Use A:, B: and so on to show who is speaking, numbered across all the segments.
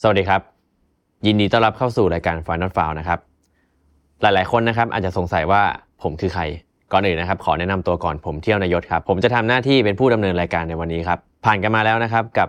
A: สวัสดีครับ ยินดีต้อนรับเข้าสู่รายการ Final f i l นะครับ หลายๆ คนนะครับอาจจะสงสัยว่าผมคือใคร ก่อนอื่นนะครับ ขอแนะนำตัวก่อนผมเที่ยวนายศครับ ผมจะทำหน้าที่เป็นผู้ดำเนินรายการในวันนี้ครับ ผ่านกันมาแล้วนะครับกับ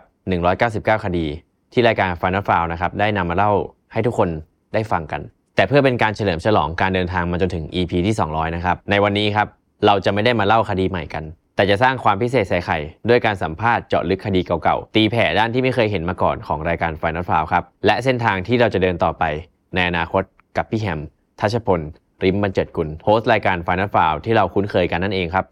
A: 199 คดี ที่รายการ Final f i l นะครับได้นำมาเล่าให้ทุกคนได้ฟังกัน แต่เพื่อเป็นการเฉลิมฉลองการเดินทางมาจนถึง EP ที่ 200 นะครับ ในวันนี้ครับ เราจะไม่ได้มาเล่าคดีใหม่กัน แต่จะสร้างความพิเศษใส่ไข่ ด้วยการสัมภาษณ์เจาะลึกคดีเก่าๆ ตีแผ่ด้านที่ไม่เคยเห็นมาก่อนของรายการ Final f i l ครับ และเส้นทางที่เราจะเดินต่อไป ในอนาคตกับพี่แฮม ทัชพล ริมบรรเจิดกุลโฮสต์รายการ Final f i l ที่เราคุ้นเคยกันนั่นเองครับ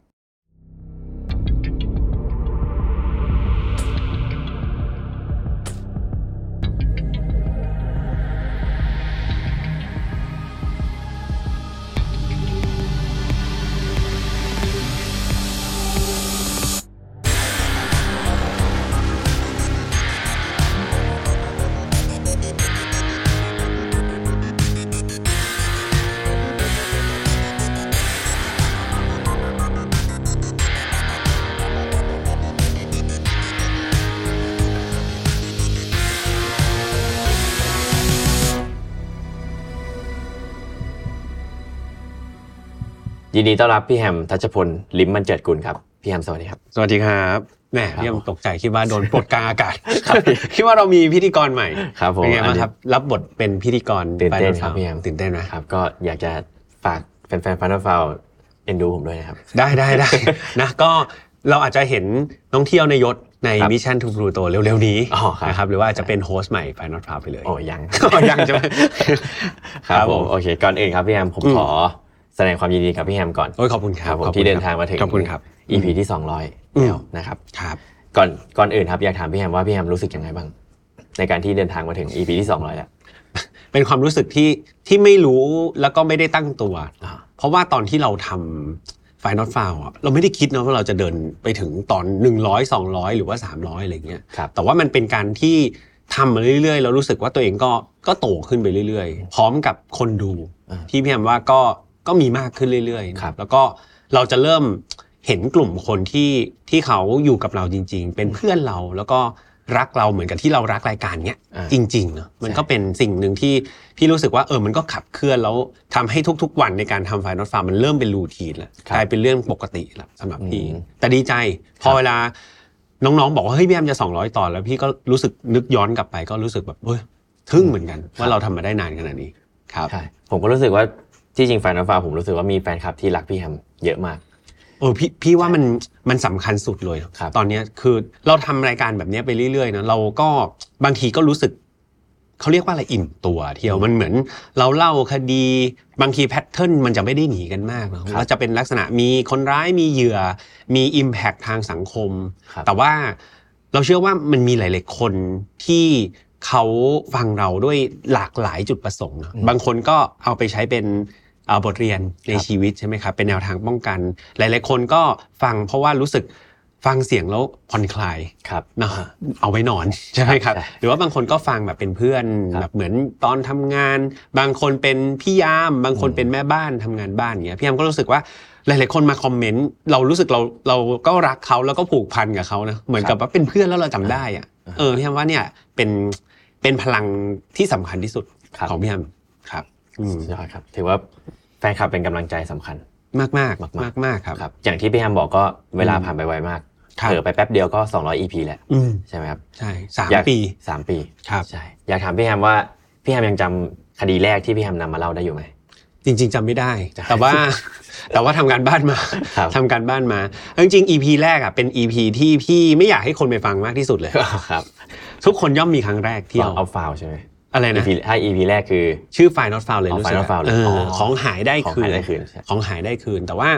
A: ยินดีต้อนรับพี่แฮม ทัชพล ริมบรรเจิดกุลครับ พี่แฮมสวัสดีครับ
B: สวัสดีครับแหม
A: ครับ
B: พี่ยมตกใจคิดว่าโดนปลดกลาง อากาศคิดว่าเรามีพิธีกรใหม่
A: ครับผม
B: เป็นไงบ้างครับ รับบทเป็นพิธีกร
A: ตื่นเต้นครับพี่แฮม
B: ตื่นเต้นไหม
A: ครับ ก็อยากจะฝากแฟนๆ Final f i l เอ็นดูผมด้วยนะครับ
B: ได้ได้ได้ นะก็เราอาจจะเห็นน้องเที่ยวในยศใน
A: ครับ
B: มิชชั่นทูบลูโตเร็วๆนี้
A: อ๋อครับ
B: นะครับหรือว่าจะเป็นโฮสต์ใหม่ไฟนอตพาไปเลย
A: โอ้ยัง
B: อ๋อยังใช่ไหม
A: ครับ
B: ครับ
A: ผ
B: ผม ม
A: โอเคก่อนอื่นครับพี่แฮมผม
B: อืม
A: ขอแสดงความยินดีกับพี่แฮมก่อน
B: โอ้ยขอบคุณค
A: ค
B: รั
A: รั
B: บบ
A: ผม
B: ขอบคุณ
A: ที่เดิน
B: ค
A: ทา
B: รั
A: ง
B: บ
A: มาถึง
B: ขอบคุณครับ
A: EP ที่ 200
B: อืม
A: แล้วนะครับ
B: ครับ
A: ก่อนก่อนอื่นครับอยากถามพี่แฮมว่าพี่แฮมรู้สึกยังไงบ้าง ในการที่เดินทางมาถึง EP ที่ 200 แล้ว
B: เป็นความรู้สึกที่ที่ไม่รู้แล้วก็ไม่ได้ตั้งตัว
A: อ่า
B: เพราะว่าตอนที่เราทำไฟนอตฟาวอ่ะเราไม่ได้คิดนะว่าเราจะเดินไปถึงตอน 100 200 หรือว่า 300 อะไรเงี้ย
A: ครับ
B: แต่ว่ามันเป็นการที่ทำมาเรื่อยๆ เรารู้สึกว่าตัวเองก็ก็โตขึ้นไปเรื่อยๆ พร้อมกับคนดู
A: อ่า
B: ที่พี่แอมว่าก็ก็มีมากขึ้นเรื่อยๆ
A: ครับ
B: แล้วก็เราจะเริ่มเห็นกลุ่มคนที่ที่เขาอยู่กับเราจริง ๆ เป็นเพื่อนเราแล้วก็รักเราเหมือนกับที่เรารักรายการเนี้ย
A: อ่า
B: จริงๆเนอะมันก็เป็นสิ่งหนึ่งที่พี่รู้สึกว่าเออมันก็ขับเคลื่อนแล้วทำให้ทุกๆ วันในการทำไฟนอตฟาร์มมันเริ่มเป็นรูทีนแล้ว
A: ครับ
B: กลายเป็นเรื่องปกติแล้วสำหรับพี่
A: อืม
B: แต่ดีใจพ
A: ครั
B: อบ เวลาน้องๆ บอกว่าเฮ้ยพี่แอมจะ 200 ตอนแล้วพี่ก็รู้สึกนึกย้อนกลับไปก็รู้สึกแบบเฮ้ยทึ่งเหมือนกัน ว่าเราทำมาได้นานขนาดนี้ครับ
A: ใช่ผมก็รู้สึกว่าที่จริงแฟนน้องฟ้าผมรู้สึกว่ามีแฟนคลับที่รักพี่แฮมเยอะมาก
B: โอ้พี่พี่ว่ามันมันสำคัญสุดเลย
A: ครับ
B: ตอนเนี้ยคือเราทำรายการแบบเนี้ยไปเรื่อยๆเนอะเราก็บางทีก็รู้สึก เขาเรียกว่าอะไรอิ่มตัวเที่ยวมันเหมือน เราเล่าคดีบางทีแพทเทิร์นมันจะไม่ได้หนีกันมากเนอะ
A: ครับ
B: แล้วจะเป็นลักษณะมีคนร้ายมีเหยื่อ มี Impact ทางสังคม
A: ครับ
B: แต่ว่าเราเชื่อว่ามันมีหลาย ๆ คนที่เขาฟังเราด้วยหลากหลายจุดประสงค์เนอะ
A: อืม
B: บางคนก็เอาไปใช้เป็นเอ่อบทเรียนใน
A: ครับ
B: ชีวิตใช่ไหมครับ เป็นแนวทางป้องกัน หลาย ๆ คนก็ฟังเพราะว่ารู้สึกฟังเสียงแล้วผ่อนคลาย
A: ครับ
B: นะเอาไว้นอนใช่ไหมครับ
A: ใช่
B: หรือว่าบางคนก็ฟังแบบเป็นเพื่อน
A: ครับ
B: แบบเหมือนตอนทำงาน บางคนเป็นพี่ยาม บางคน
A: อืม
B: เป็นแม่บ้านทำงานบ้านอย่างเงี้ยพี่ยามก็รู้สึกว่าหลาย ๆ คนมาคอมเมนต์เรารู้สึกเราเราก็รักเขาแล้วก็ผูกพันกับเขานะเหมือนกับว่าเป็นเพื่อนแล้วเราจำได้อะ
A: อ่า
B: เออพี่ยามว่าเนี่ยเป็นเป็นพลังที่สำคัญที่สุด
A: ครับ
B: ของพี่ยามครับอืม
A: สุดยอดครับ ถือว่าแฟนคลับเป็นกำลังใจสำคัญ
B: มากมาก
A: มาม
B: าก กมากๆครับ
A: ครับ อย่างที่พี่แฮมบอกก็เวลา
B: อืม
A: ผ่านไปไวมาก
B: ครับ
A: เผลอไปแป๊บเดียวก็ 200 EP แล้ว
B: อืม
A: ใช่ไหมครับ
B: ใช่สาม
A: อยก
B: ปี
A: สามปี
B: ครับ
A: ใช่อยากถามพี่แฮมว่าพี่แฮมยังจำคดีแรกที่พี่แฮมนำมาเล่าได้อยู่ไหม
B: จริง ๆจำไม่ได้
A: ใช่
B: แต่ว่า แต่ว่าทำการบ้านมา
A: ครับ
B: ทำการบ้านมาเอาจริงๆ EP แรกอ่ะเป็น EP ที่พี่ไม่อยากให้คนไปฟังมากที่สุดเลย
A: ครับ
B: ทุกคนย่อมมีครั้งแรกเที่ยว
A: เอาฟาวใช่ไหม
B: อะไรนะ
A: EP ถ้า EP แรกคือ
B: ชื่อ File Not Found เลย
A: อ๋อ
B: รู้สึก
A: File Not Found เลย
B: เออ
A: อ
B: ของหายได้
A: ของ
B: คื
A: หาย
B: น
A: ได้คืนใช่
B: ของหายได้คืน แต่ว่า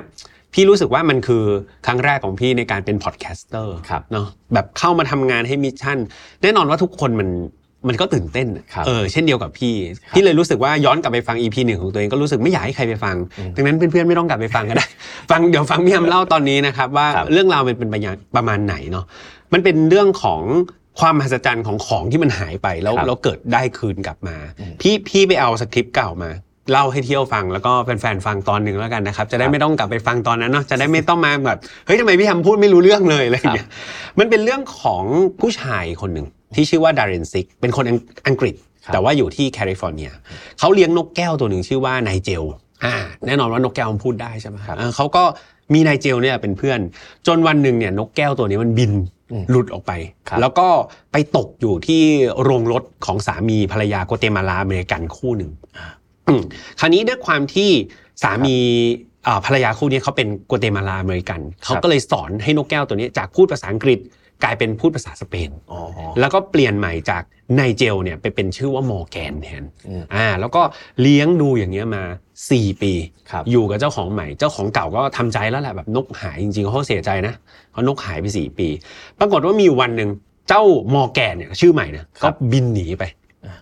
B: พี่รู้สึกว่ามันคือครั้งแรกของพี่ในการเป็นพอดแคสเตอร์
A: ครับ
B: เนาะแบบเข้ามาทำงานให้มิชชั่น แน่นอนว่าทุกคนมันมันก็ตื่นเต้นอะ
A: ครับ
B: เออเช่นเดียวกับพี่
A: ครับ
B: พี่เลยรู้สึกว่าย้อนกลับไปฟัง EP หนึ่งของตัวเองก็รู้สึกไม่อยากให้ใครไปฟัง
A: อืม
B: ดังนั้นเพื่อนๆไม่ต้องกลับไปฟังก็ได้ ฟังเดี๋ยวฟังพี่แอมเล่าตอนนี้นะครับว่า
A: ครับ
B: เรื่องราวมันเป็นประยะประมาณไหนเนาะ มันเป็นเรื่องของความมหัศจรรย์ของของที่มันหายไปแล้ว
A: ครับ
B: เราเกิดได้คืนกลับมา
A: อืม
B: พี่พี่ไปเอาสคริปต์เก่ามา เล่าให้เที่ยวฟังแล้วก็แฟนๆฟังตอนหนึ่งแล้วกันนะครับ จะได้
A: ครับ
B: ไม่ต้องกลับไปฟังตอนนั้นเนาะจะได้ไม่ต้องมาแบบเฮ้ยทำไมพี่ทำพูดไม่รู้เรื่องเลยอะไรอย่างเงี้ยมันเป็นเรื่องของผู้ชายคนหนึ่ง ที่ชื่อว่าดารินซิกเป็นคนอังอังกฤษ
A: ครับ
B: แต่ว่าอยู่ที่แคลิฟอร์เนียเขาเลี้ยงนกแก้วตัวหนึ่งชื่อว่านายเจลอ่าแน่นอนว่านกแก้วมันพูดได้ใช่ไหมเออเขาก็มีนายเจลเนี่ยเป็นเพื่อน จนวันหนึ่งเนี่ยนกแก้วตัวนี้มันบิน
A: อืม
B: หลุดออกไป
A: ครับ
B: แล้วก็ไปตกอยู่ที่โรงรถของสามีภรรยาโกเตมาลาอเมริกันคู่หนึ่งอืมคราวนี้ด้วยความที่สามีอ่าภรรยาคู่นี้เขาเป็นโกเตมาลาอเมริกันเขาก็เลยสอนให้นกแก้วตัวนี้จากพูดภาษาอังกฤษกลายเป็นพูดภาษาสเปน
A: อ๋อ
B: แล้วก็เปลี่ยนใหม่จากไนเจลเนี่ยไปเป็นชื่อว่ามอร์แกนแทน
A: อืม
B: อ่า แล้วก็เลี้ยงดูอย่างเงี้ยมา 4 ปี
A: ครับ
B: อยู่กับเจ้าของใหม่ เจ้าของเก่าก็ทำใจแล้วแหละแบบนกหายจริงๆเขาเสียใจนะเขาะนกหายไป 4 ปี ปรากฏว่ามีอยู่วันหนึ่งเจ้ามอร์แกนเนี่ยชื่อใหม่นะ
A: ครั
B: ก็
A: บ
B: บินหนีไป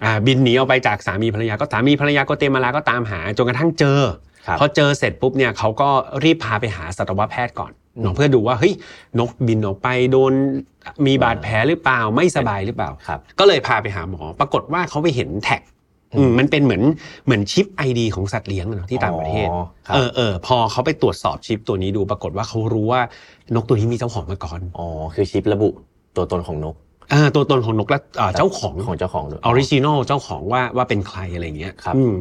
B: อ่า บินหนีออกไปจากสามีภรรยา ก็สามีภรรยาก็เตมาลาก็ตามหาจนกระทั่งเจอ
A: ครับ
B: พอเจอเสร็จปุ๊บเนี่ยเขาก็รีบพาไปหาสัตวแพทย์ก่อนเนาะเพื่อดูว่าเฮ้ยนกบินออกไปโดนมีบาดแผลหรือเปล่าไม่สบายหรือเปล่า
A: ครับ
B: ก็เลยพาไปหาหมอ ปรากฏว่าเขาไปเห็นแท็ก
A: อืม
B: อืมมันเป็นเหมือนเหมือนชิปไอดีของสัตว์เลี้ยงอะเนาะที่ต่างประเทศ
A: อ๋อคบ
B: เออเออพอเขาไปตรวจสอบชิปตัวนี้ดู ปรากฏว่าเขารู้ว่านกตัวนี้มีเจ้าของมาก่อน
A: อ๋อคือชิประบุตัวตนของนก
B: เออตัวตนของนกและเอ่อ
A: ครับ
B: เจ้าของ
A: ของเจ้าของด้วย
B: ออริจินอลเจ้าของว่าว่าเป็นใครอะไรอย่างเงี้ย
A: ครับ
B: อืม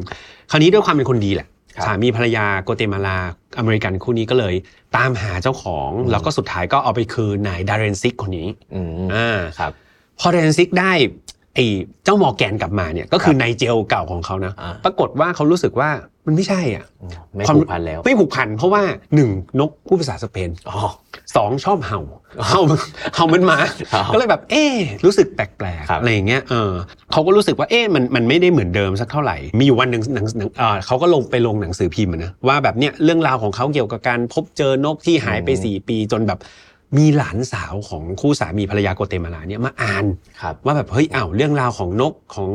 B: คราวนี้ด้วยความเป็นคนดีแหละ
A: ครับ
B: สามีภรรยาโกเตมาลาอเมริกันคู่นี้ก็เลยตามหาเจ้าของ
A: อืม
B: แล้วก็สุดท้ายก็เอาไปคืนนายดารนซิกคนนี้
A: อืม
B: อ่า
A: ครับ
B: พอเดนซิกได้ไอ้เจ้ามอร์แกนกลับมาเนี่ยก็คือไนเจลเก่าของเขานะ
A: อ่า
B: ปรากฏว่าเขารู้สึกว่ามันไม่ใช่อ่ะ
A: อืมไม่
B: ความ
A: ผูกพันแล้ว
B: ไม่ผูกพันเพราะว่าหนึ่งนกพูดภาษาสเปน
A: อ๋อ
B: สองชอบเห่าเห่าเห่ามันหมา
A: ครับ
B: ก็เลยแบบเอ๊ะรู้สึกแปลก
A: ครั
B: ๆ
A: บ
B: อะไรอย่างเงี้ยเออเขาก็รู้สึกว่าเอ๊ะมันมันไม่ได้เหมือนเดิมสักเท่าไหร่ มีอยู่วันหนึ่งหนังหนังเอ่อเขาก็ลงไปลงหนังสือพิมพ์อะนะว่าแบบเนี้ยเรื่องราวของเขาเกี่ยวกับการพบเจอนกที่หายไปสี่ปีจนแบบมีหลานสาวของคู่สามีภรรยาโกเตมาลาเนี่ยมาอ่าน
A: ครับ
B: ว่าแบบเฮ้ยอ้าวเรื่องราวของนกของ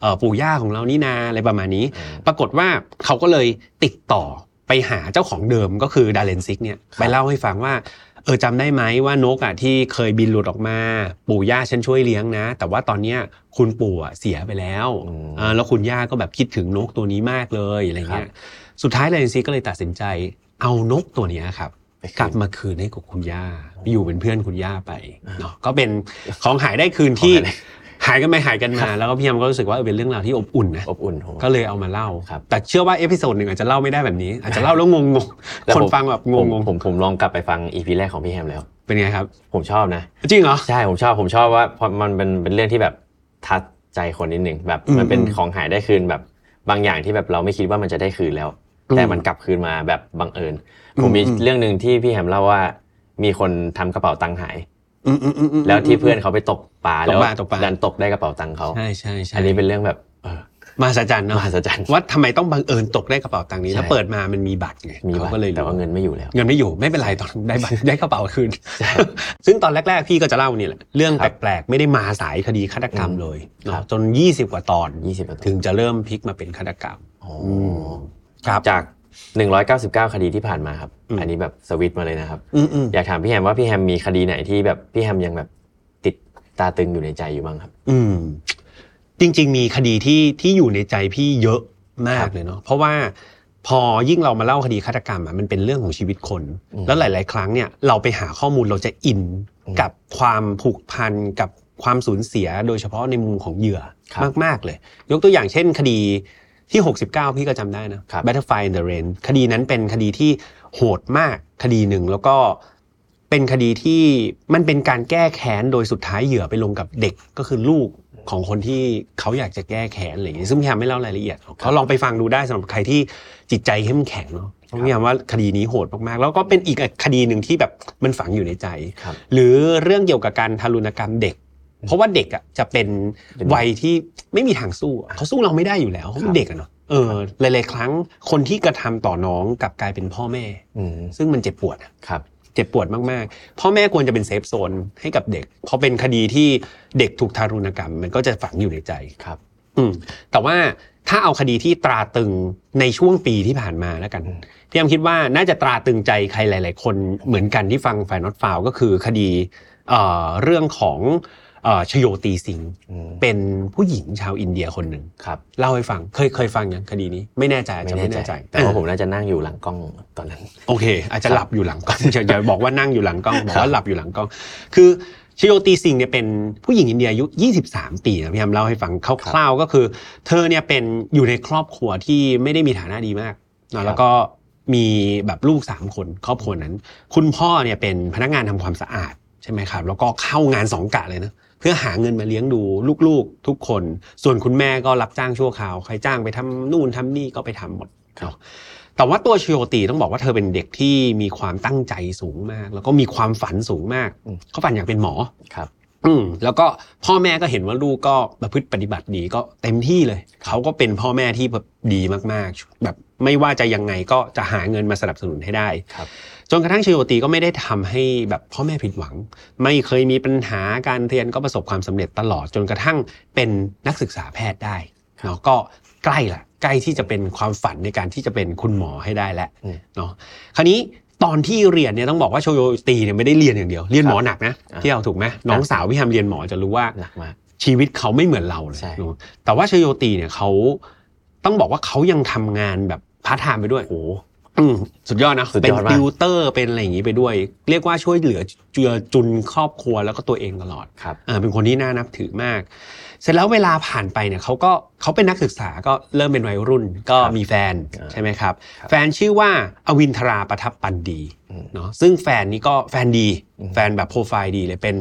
B: เอ่อปู่ย่าของเรานี่นาอะไรประมาณนี้
A: อืม
B: ปรากฏว่าเขาก็เลยติดต่อไปหาเจ้าของเดิมก็คือดาเลนซิกเนี่ย
A: ครับ
B: ไปเล่าให้ฟังว่าเออจำได้ไหมว่านกอ่ะที่เคยบินหลุดออกมา ปู่ย่าฉันช่วยเลี้ยงนะ แต่ว่าตอนเนี้ยคุณปู่อ่ะเสียไปแล้ว
A: อืม
B: เออแล้วคุณย่าก็แบบคิดถึงนกตัวนี้มากเลยอะไรเงี้ยสุดท้ายดาเลนซิกก็เลยตัดสินใจเอานกตัวเนี้ยครับ
A: ไปคืน
B: กลับมาคืนให้กับคุณย่าไปอยู่เป็นเพื่อนคุณย่าไป
A: อ่า
B: เนาะก็เป็นของหายได้คืนที่
A: ของหายได้
B: หายกันไปหายกันมา แล้วก็พี่ยามก็รู้สึกว่าเออเป็นเรื่องราวที่อบอุ่นนะ
A: อบอุ่นผม
B: ก็เลยเอามาเล่า
A: ครับ
B: แต่เชื่อว่าเอพิโซดหนึ่งอาจจะเล่าไม่ได้แบบ นี้ อาจจะเล่าแล้วงง
A: แล้ว
B: ๆ
A: ผ
B: ค
A: ม
B: นฟังแบบง
A: ผม
B: ง
A: ผมผมลองกลับไปฟังอีพีแรกของพี่แฮมแล้ว
B: ๆเป็นไงครับ
A: ผมชอบนะ
B: จริงเหรอ
A: ใช่ผมชอบผมชอบว่าเพราะมันเป็นเป็นเรื่องที่แบบทัดใจคนนิดหนึ่งแบบ
B: อืม
A: มันเป็น
B: อืม
A: ของหายได้คืนแบบบางอย่างที่แบบเราไม่คิดว่ามันจะได้คืนแล้ว
B: อืม
A: แต่มันกลับคืนมาแบบบังเอิญ
B: อื
A: ผ
B: ม
A: มมี
B: อืม
A: เรื่องหนึ่งที่พี่แฮมเล่าว่า มีคนทำกระเป๋าตังค์หาย
B: อืมๆๆๆ
A: แล้วที่เพื่อนเขาไปตกปลา
B: ต
A: แล้
B: ก
A: ว
B: ปลาตกปลา
A: ดันตกได้กระเป๋าตังค์เขา
B: ใช่ใช่ใช่
A: อันนี้เป็นเรื่องแบบเออ
B: มาสัจจัน
A: ม
B: เนาะ
A: หัศจรรย์
B: ว่าทำไมต้องบังเอิญตกได้กระเป๋าตังค์นี้
A: ใช่
B: แล้วเปิดมามันมีบัตรไง
A: มี
B: เขา
A: บัต
B: ก็เลย
A: รแต่
B: รู้
A: ว่าเงินไม่อยู่แล้ว
B: เงินไม่อยู่ไม่เป็นไรตอน ได้ บัตร ได้กระเป๋าคืน
A: ใช่
B: ซึ่งตอนแรก ๆ พี่ก็จะเล่าเนี่ยแหละเรื่อง
A: ครับ
B: แปลก ๆ ไม่ได้มาสายคดีฆาตกรรมเลยเนอะ
A: ครับ
B: จน 20 กว่าตอน
A: ยี่สิบถึ
B: ถึ
A: ง
B: งจะเริ่มพลิกมาเป็นฆาตกรรม
A: โอ้
B: อืมครับ
A: จาก 199 คดีที่ผ่านมาครับ
B: อืม
A: อันนี้แบบสวิตช์มาเลยนะครับ
B: อืมอืม
A: อยากถามพี่แฮมว่าพี่แฮมมีคดีไหนที่แบบพี่แฮมยังแบบติดตาตึงอยู่ในใจอยู่บ้างครับ
B: อืมจริง ๆ มีคดีที่ที่อยู่ในใจพี่เยอะมากเลยเนาะเพราะว่าพอยิ่งเรามาเล่าคดีฆาตกรรมอ่ะมันเป็นเรื่องของชีวิตคน
A: อืม
B: แล้วหลาย ๆ ครั้งเนี่ยเราไปหาข้อมูลเราจะอิน
A: อืม
B: กับความผูกพันกับความสูญเสียโดยเฉพาะในมุมของเหยื่อ
A: ครับ
B: มาก ๆ เลย ยกตัวอย่างเช่นคดีที่ 69 พี่ก็จำได้นะ
A: ครับ
B: Butterfly in the Rain คดีนั้นเป็นคดีที่โหดมากคดีหนึ่งแล้วก็เป็นคดีที่มันเป็นการแก้แค้นโดยสุดท้ายเหยื่อไปลงกับเด็กก็คือลูกของคนที่เขาอยากจะแก้แค้นอะไรอย่างนี้ซึ่งพี่ยามไม่เล่ารายละเอียดเขาลองไปฟังดูได้สำหรับใครที่จิตใจเข้มแข็งเนาะต้องยามว่าคดีนี้โหดมากๆ แล้วก็เป็นอีกคดีหนึ่งที่แบบมันฝังอยู่ในใจ
A: ครับ
B: หรือเรื่องเกี่ยวกับการทารุณกรรมเด็ก เพราะว่าเด็กอ่ะจะเป็น
A: เป็น
B: วัยที่ไม่มีทางสู้อะเขาสู้เราไม่ได้อยู่แล้วเขา
A: ค
B: เป็
A: รั
B: น
A: บ
B: เด็กอะเนาะเออหลายๆครั้งคนที่กระทำต่อน้องกลับกลายเป็นพ่อแม่
A: อืม
B: ซึ่งมันเจ็บปวดอะ
A: ครับ
B: เจ็บปวดมากๆ พ่อแม่ควรจะเป็นเซฟโซนให้กับเด็กพอเป็นคดีที่เด็กถูกทารุณกรรม มันก็จะฝังอยู่ในใจ
A: ครับ
B: อืมแต่ว่าถ้าเอาคดีที่ตราตรึงในช่วงปีที่ผ่านมาแล้วกัน
A: อืม
B: พี่แอมคิดว่าน่าจะตราตรึงใจใครหลาย ๆ คนเหมือนกันที่ฟังฝ่ายน็อตฟาวก็คือคดีเอ่อเรื่องของเอ่อชโยตีสิงห์
A: อืม
B: เป็นผู้หญิงชาวอินเดียคนหนึ่ง
A: ครับ
B: เล่าให้ฟังเคยเคยฟังยังคดีนี้ ไม่แน่ใจอาจจะ
A: ไม่
B: ไม่
A: แน่
B: แน่
A: ใจ
B: ใจ
A: แต่ว่าผมน่าจะนั่งอยู่หลังกล้องตอนนั้น
B: โอเค อาจจะหลับอยู่หลังกล้องอย่าอย่าบอกว่านั่งอยู่หลังกล้องบอก
A: ครับ
B: ว่าหลับอยู่หลังกล้อง คือ ชิโยตีซิงเนี่ยเป็นผู้หญิงอินเดียอายุ 23 ปีนะพี่แอมเล่าให้ฟังคร่าวๆก็คือ เธอเนี่ยเป็นอยู่ในครอบครัวที่ไม่ได้มีฐานะดีมาก
A: ครั
B: เนาะ
A: บ
B: แล้วก็มีแบบลูก 3 คนครอบครัวนั้น คุณพ่อเนี่ยเป็นพนักงานทำความสะอาดใช่ไหมครับ แล้วก็เข้างานสองกะเลยนะ เพื่อหาเงินมาเลี้ยงดูลูกๆทุกคน ส่วนคุณแม่ก็รับจ้างชั่วคราว ใครจ้างไปทำนู่นทำนี่ก็ไปทำหมดเนาะแต่ว่าตัวชิโยตีต้องบอกว่าเธอเป็นเด็กที่มีความตั้งใจสูงมาก แล้วก็มีความฝันสูงมาก
A: อืม
B: เขาฝันอยากเป็นหมอ
A: ครับ
B: อืมแล้วก็พ่อแม่ก็เห็นว่าลูกก็ประพฤติปฏิบัติดีก็เต็มที่เลย เขาก็เป็นพ่อแม่ที่แบบดีมากๆ แบบไม่ว่าจะยังไงก็จะหาเงินมาสนับสนุนให้ได้
A: ครับ
B: จนกระทั่งชิโยตีก็ไม่ได้ทำให้แบบพ่อแม่ผิดหวัง ไม่เคยมีปัญหาการเรียนก็ประสบความสำเร็จตลอดจนกระทั่งเป็นนักศึกษาแพทย์ได้เนาะก็ใกล้ละใกล้ที่จะเป็นความฝันในการที่จะเป็นคุณหมอให้ได้แล้ว
A: อืม
B: เนาะคราวนี้ตอนที่เรียนเนี่ยต้องบอกว่าโชโยตีเนี่ยไม่ได้เรียนอย่างเดียวเรียนหมอหนักนะ
A: อ่า
B: เที่ยวถูกไหมน้องสาวพี่แฮมเรียนหมอจะรู้ว่า
A: หนักมาก
B: ชีวิตเขาไม่เหมือนเราเลย
A: ใช่
B: เนอะแต่ว่าชโยตีเนี่ยเขาต้องบอกว่าเขายังทำงานแบบพาร์ทไทม์ไปด้วย
A: โอ้
B: อืมสุดยอดนะ
A: สุด
B: เป็
A: ย
B: น
A: อดมาก
B: ติวเตอร์เป็นอะไรอย่างนี้ไปด้วย เรียกว่าช่วยเหลือเจือจุนครอบครัวแล้วก็ตัวเองตลอด
A: ครับ
B: อ่าเป็นคนที่น่านับถือมาก เสร็จแล้วเวลาผ่านไปเนี่ยเขาก็เขาเป็นนักศึกษาก็เริ่มเป็นวัยรุ่น ก็
A: ครับ
B: มีแฟน
A: อ่า
B: ใช่ไหมครับ
A: ครับ
B: แฟนชื่อว่าอวินทราประทับปันดี
A: อืม
B: เนาะซึ่งแฟนนี้ก็แฟนดี
A: อืม
B: แฟนแบบโปรไฟล์ดีเลยเป็น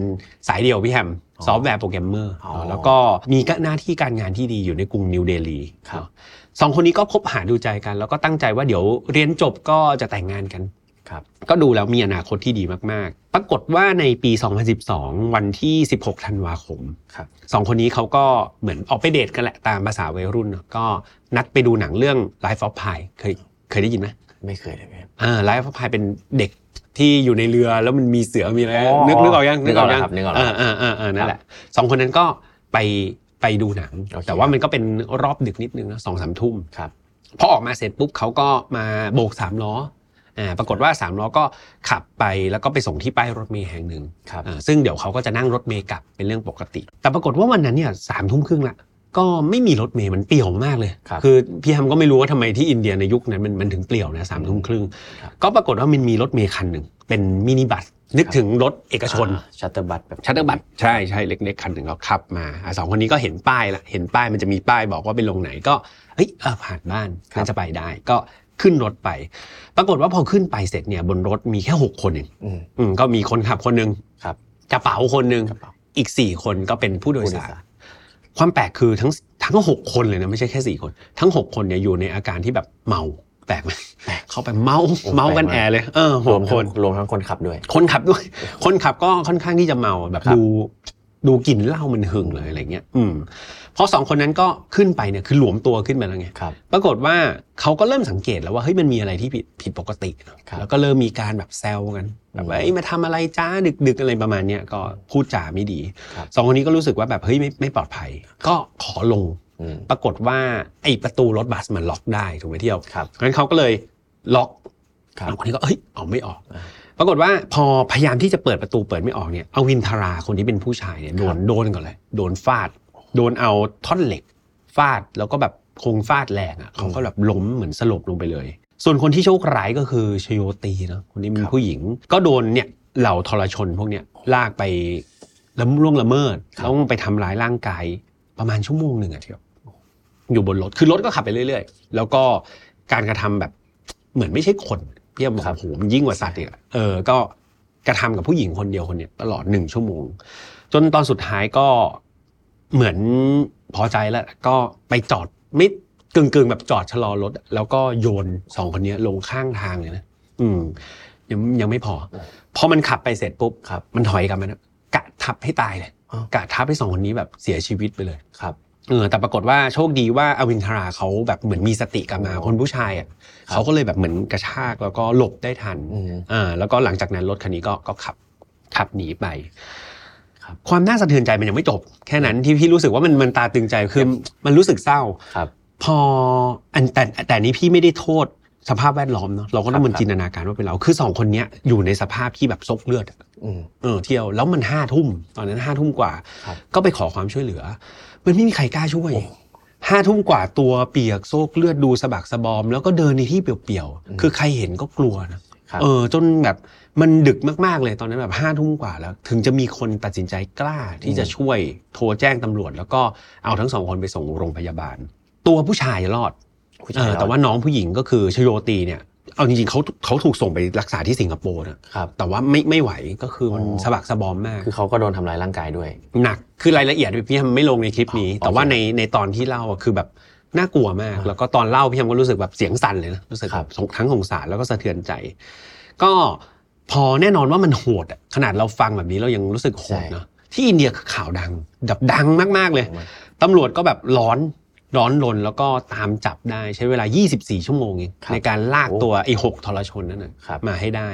B: สายเดียวพี่แฮม
A: อ๋อ
B: ซอฟต์แวร์โปรแกรมเมอร์
A: อ๋อ
B: แล้วก็มีหน้าที่การงานที่ดีอยู่ในกรุงนิวเดลี
A: ครับ
B: เนอะสองคนนี้ก็คบหาดูใจกัน แล้วก็ตั้งใจว่าเดี๋ยวเรียนจบก็จะแต่งงานกัน
A: ครับ
B: ก็ดูแล้วมีอนาคตที่ดีมาก ๆ ปรากฏว่าในปี 2012 วันที่ 16 ธันวาคม
A: ครับ
B: สองคนนี้เขาก็เหมือนออกไปเดทกันแหละตามภาษาวัยรุ่นเนอะก็นัดไปดูหนังเรื่อง Life of Pi เคยเคยได้ยินไหม
A: ไม่เคยเลยพี่
B: อ่า Life of Pi เป็นเด็กที่อยู่ในเรือแล้วมันมีเสือมีอะไร
A: อ๋อ
B: นึกนึกออกยัง
A: นึกออกแล้ว
B: ยัง
A: ครับนึกออกแล้ว
B: เออเออเออเออนั่นแหละสองคนนั้นก็ไปไปดูหนัง
A: โอเค
B: แต่ว่ามันก็เป็นรอบดึกนิดนึงนะสองสามทุ่ม
A: ครับ
B: พอออกมาเสร็จปุ๊บเขาก็มาโบกสามล้ออ่าปรากฏว่าสามล้อก็ขับไปแล้วก็ไปส่งที่ป้ายรถเมล์แห่งหนึ่ง
A: ครับ
B: อ่าซึ่งเดี๋ยวเขาก็จะนั่งรถเมย์กลับเป็นเรื่องปกติ แต่ปรากฏว่าวันนั้นเนี่ยสามทุ่มครึ่งละก็ไม่มีรถเมย์มันเปลี่ยวมากเลย
A: ครับ
B: อพี่ฮัมก็ไม่รู้ว่าทำไมที่อินเดียในยุคนั้นมันมันถึงเปลี่ยวนะสามทุ่มครึ่ง
A: ครับ
B: ก็ปรากฏว่ามันมีรถเมย์คันหนึ่งเป็นมินิบัสนึกถึงรถเอกชน
A: ชัตเตอร์บัตแบบ
B: ชัตเตอร์บัสใช่ใช่เล็กๆคันหนึ่งเราขับมาอ่ะสองคนนี้ก็เห็นป้ายละเห็นป้ายมันจะมีป้ายบอกว่าเป็นโรงไหนก็เฮ้ยเออผ่านบ้านน่าจะไปได้ ก็ขึ้นรถไป ปรากฏว่าพอขึ้นไปเสร็จเนี่ยบนรถมีแค่หกคนเอง
A: อืม
B: อืมก็มีคนขับคนหนึ่ง
A: ครับ
B: กระเป๋าคนหนึ่ง
A: กระเป๋า
B: อีกสี่คนก็เป็นผู้โดยสารความแปลกคือทั้งทั้งหกคนเลยนะไม่ใช่แค่สี่คน ทั้งหกคนเนี่ยอยู่ในอาการที่แบบเมาแปลกไหม
A: แปลก
B: เขาไปเมา
A: โอ้แปลกมาก
B: เมากันแอร์เลยเออห
A: รว
B: ก
A: ม
B: ค
A: ทั้ง
B: น
A: รวมทั้งคนขับด้วย
B: คนขับด้วย คนขับก็ค่อนข้างที่จะเมาแบบ
A: ครับ
B: ดูดูกลิ่นเหล้ามันหึงเลยอะไรเงี้ยอืมพอสองคนนั้นก็ขึ้นไปเนี่ยคือหลวมตัวขึ้นมาแล้วไง
A: ครับ
B: ปรากฏว่าเขาก็เริ่มสังเกตแล้วว่าเฮ้ยมันมีอะไรที่ผิดผิดปกติเนอะ
A: ครับ
B: แล้วก็เริ่มมีการแบบแซวกันแบบว่า
A: อืม
B: เอ้ยมาทำอะไรจ้าดึก ๆ อะไรประมาณเนี้ยก็พูดจาไม่ดี
A: ครับ
B: สองคนนี้ก็รู้สึกว่าแบบเฮ้ยไม่ไม่ปลอดภัย ก็ขอลงปรากฏว่าไอ้ประตูรถบัสมันล็อกได้ถูกไหมเที่ยว
A: ครับ
B: งั้นเขาก็เลยล็อก
A: ครับ
B: สองคนนี้ก็เอ้ยออกไม่ออก
A: อ่า
B: ปรากฏว่าพอพยายามที่จะเปิดประตูเปิดไม่ออกเนี่ยเอาวินทราคนที่เป็นผู้ชายเนี่ยโด
A: ค
B: น
A: รับ
B: โดนก่อนเลยโดนฟาด โดนเอาท่อนเหล็ก ฟาดแล้วก็แบบคงฟาดแรงอ่ะเขาก็แบบล้มเหมือนสลบลงไปเลย ส่วนคนที่โชคร้ายก็คือชโยตีเนอะคนนี้เป็
A: คน รับ
B: ผู้หญิง ก็โดนเนี่ยเหล่าทรชนพวกเนี้ยลากไปละล่วงละเมิด
A: ครับ
B: แล้วไปทำร้ายร่างกายประมาณชั่วโมงหนึ่งอะเทียวอยู่บนรถคือรถก็ขับไปเรื่อยๆ แล้วก็การกระทำแบบเหมือนไม่ใช่คนเพียบบอกโอ้โหมันยิ่งกว่าสัตว์อีกอะเออก็กระทำกับผู้หญิงคนเดียวคนเนี้ยตลอดหนึ่งชั่วโมง จนตอนสุดท้ายก็เหมือนพอใจแล้ว ก็ไปจอดไม่กึ่งกึ่งๆแบบจอดชะลอรถ แล้วก็โยนสองคนเนี้ยลงข้างทางเลยนะอืม ยังยังไม่พอ พอมันขับไปเสร็จปุ๊บ
A: ครับ
B: มันถอยกลับมานะกะทับให้ตายเลย
A: อ้าว
B: กะทับให้สองคนนี้แบบเสียชีวิตไปเลย
A: ครับ
B: เออแต่ปรากฏว่าโชคดีว่าอวินทราเขาแบบเหมือนมีสติกลับมา
A: โอ้
B: คนผู้ชายอ่ะ
A: ครับ
B: เขาก็เลยแบบเหมือนกระชากแล้วก็หลบได้ทัน
A: อืม
B: อ่าแล้วก็หลังจากนั้นรถคันนี้ก็ก็ขับขับหนีไป
A: ครับ
B: ความน่าสะเทือนใจมันยังไม่จบ แค่นั้นที่พี่รู้สึกว่ามันมันตาตึงใจคือมันรู้สึกเศร้า
A: ครับ
B: พออันแต่แต่นี้พี่ไม่ได้โทษสภาพแวดล้อมเนาะเราก็ต้อง
A: ครับ
B: มันจินตนาการว่าเป็นเราคือสองคนเนี้ยอยู่ในสภาพที่แบบซกเลือดอะ
A: อืม
B: เออเที่ยวแล้วมันห้าทุ่มตอนนั้นห้าทุ่มกว่า
A: ครับ
B: ก็ไปขอความช่วยเหลือ มันไม่มีใครกล้าช่วย
A: โอ้
B: ห้าทุ่มกว่าตัวเปียกโซกเลือดดูสะบักสะบอม แล้วก็เดินในที่เปลี่ยว
A: อืม
B: ๆคือใครเห็นก็กลัวนะ
A: ครับ
B: เออจนแบบ มันดึกมากๆเลยตอนนั้นแบบห้าทุ่มกว่าแล้ว ถึงจะมีคนตัดสินใจกล้าที่จะช่วยโทรแจ้งตำรวจ แล้วก็เอาทั้งสองคนไปส่งโรงพยาบาล ตัวผู้ชายรอด
A: ผู้ช
B: เอย อ
A: รอด
B: แต่ว่าน้องผู้หญิงก็คือชโยตีเนี่ย เอาจริงๆเขาเขาถูกส่งไปรักษาที่สิงคโปร์นะครับ แต่ว่าไม่ไม่ไหวก็คือมัน
A: อ๋อ
B: สะบักสะบอมมาก
A: คือเขาก็โดนทำร้ายร่างกายด้วย
B: หนักคือรายละเอียดพี่ทำไม่ลงในคลิปนี้
A: อ๋อ
B: แต่ว่า
A: โอเค
B: ในในตอนที่เล่าอะคือแบบน่ากลัวมาก
A: อ่า
B: แล้วก็ตอนเล่าพี่ทำก็รู้สึกแบบเสียงสั่นเลยนะรู้สึก
A: ครับ
B: สงทั้งสงสารแล้วก็สะเทือนใจ ก็พอแน่นอนว่ามันโหดอะขนาดเราฟังแบบนี้เรายังรู้สึกโหดเนาะที่อินเดียคือข่าวดังแบบดังมากๆเลย ตำรวจก็แบบร้อนร้อนรนแล้วก็ตามจับได้ใช้เวลา 24 ชั่วโมงเอง
A: ครับ
B: ในการลาก
A: โอ้
B: ตัวไอ้หกทรชนนั่นนะครับ มาให้ได้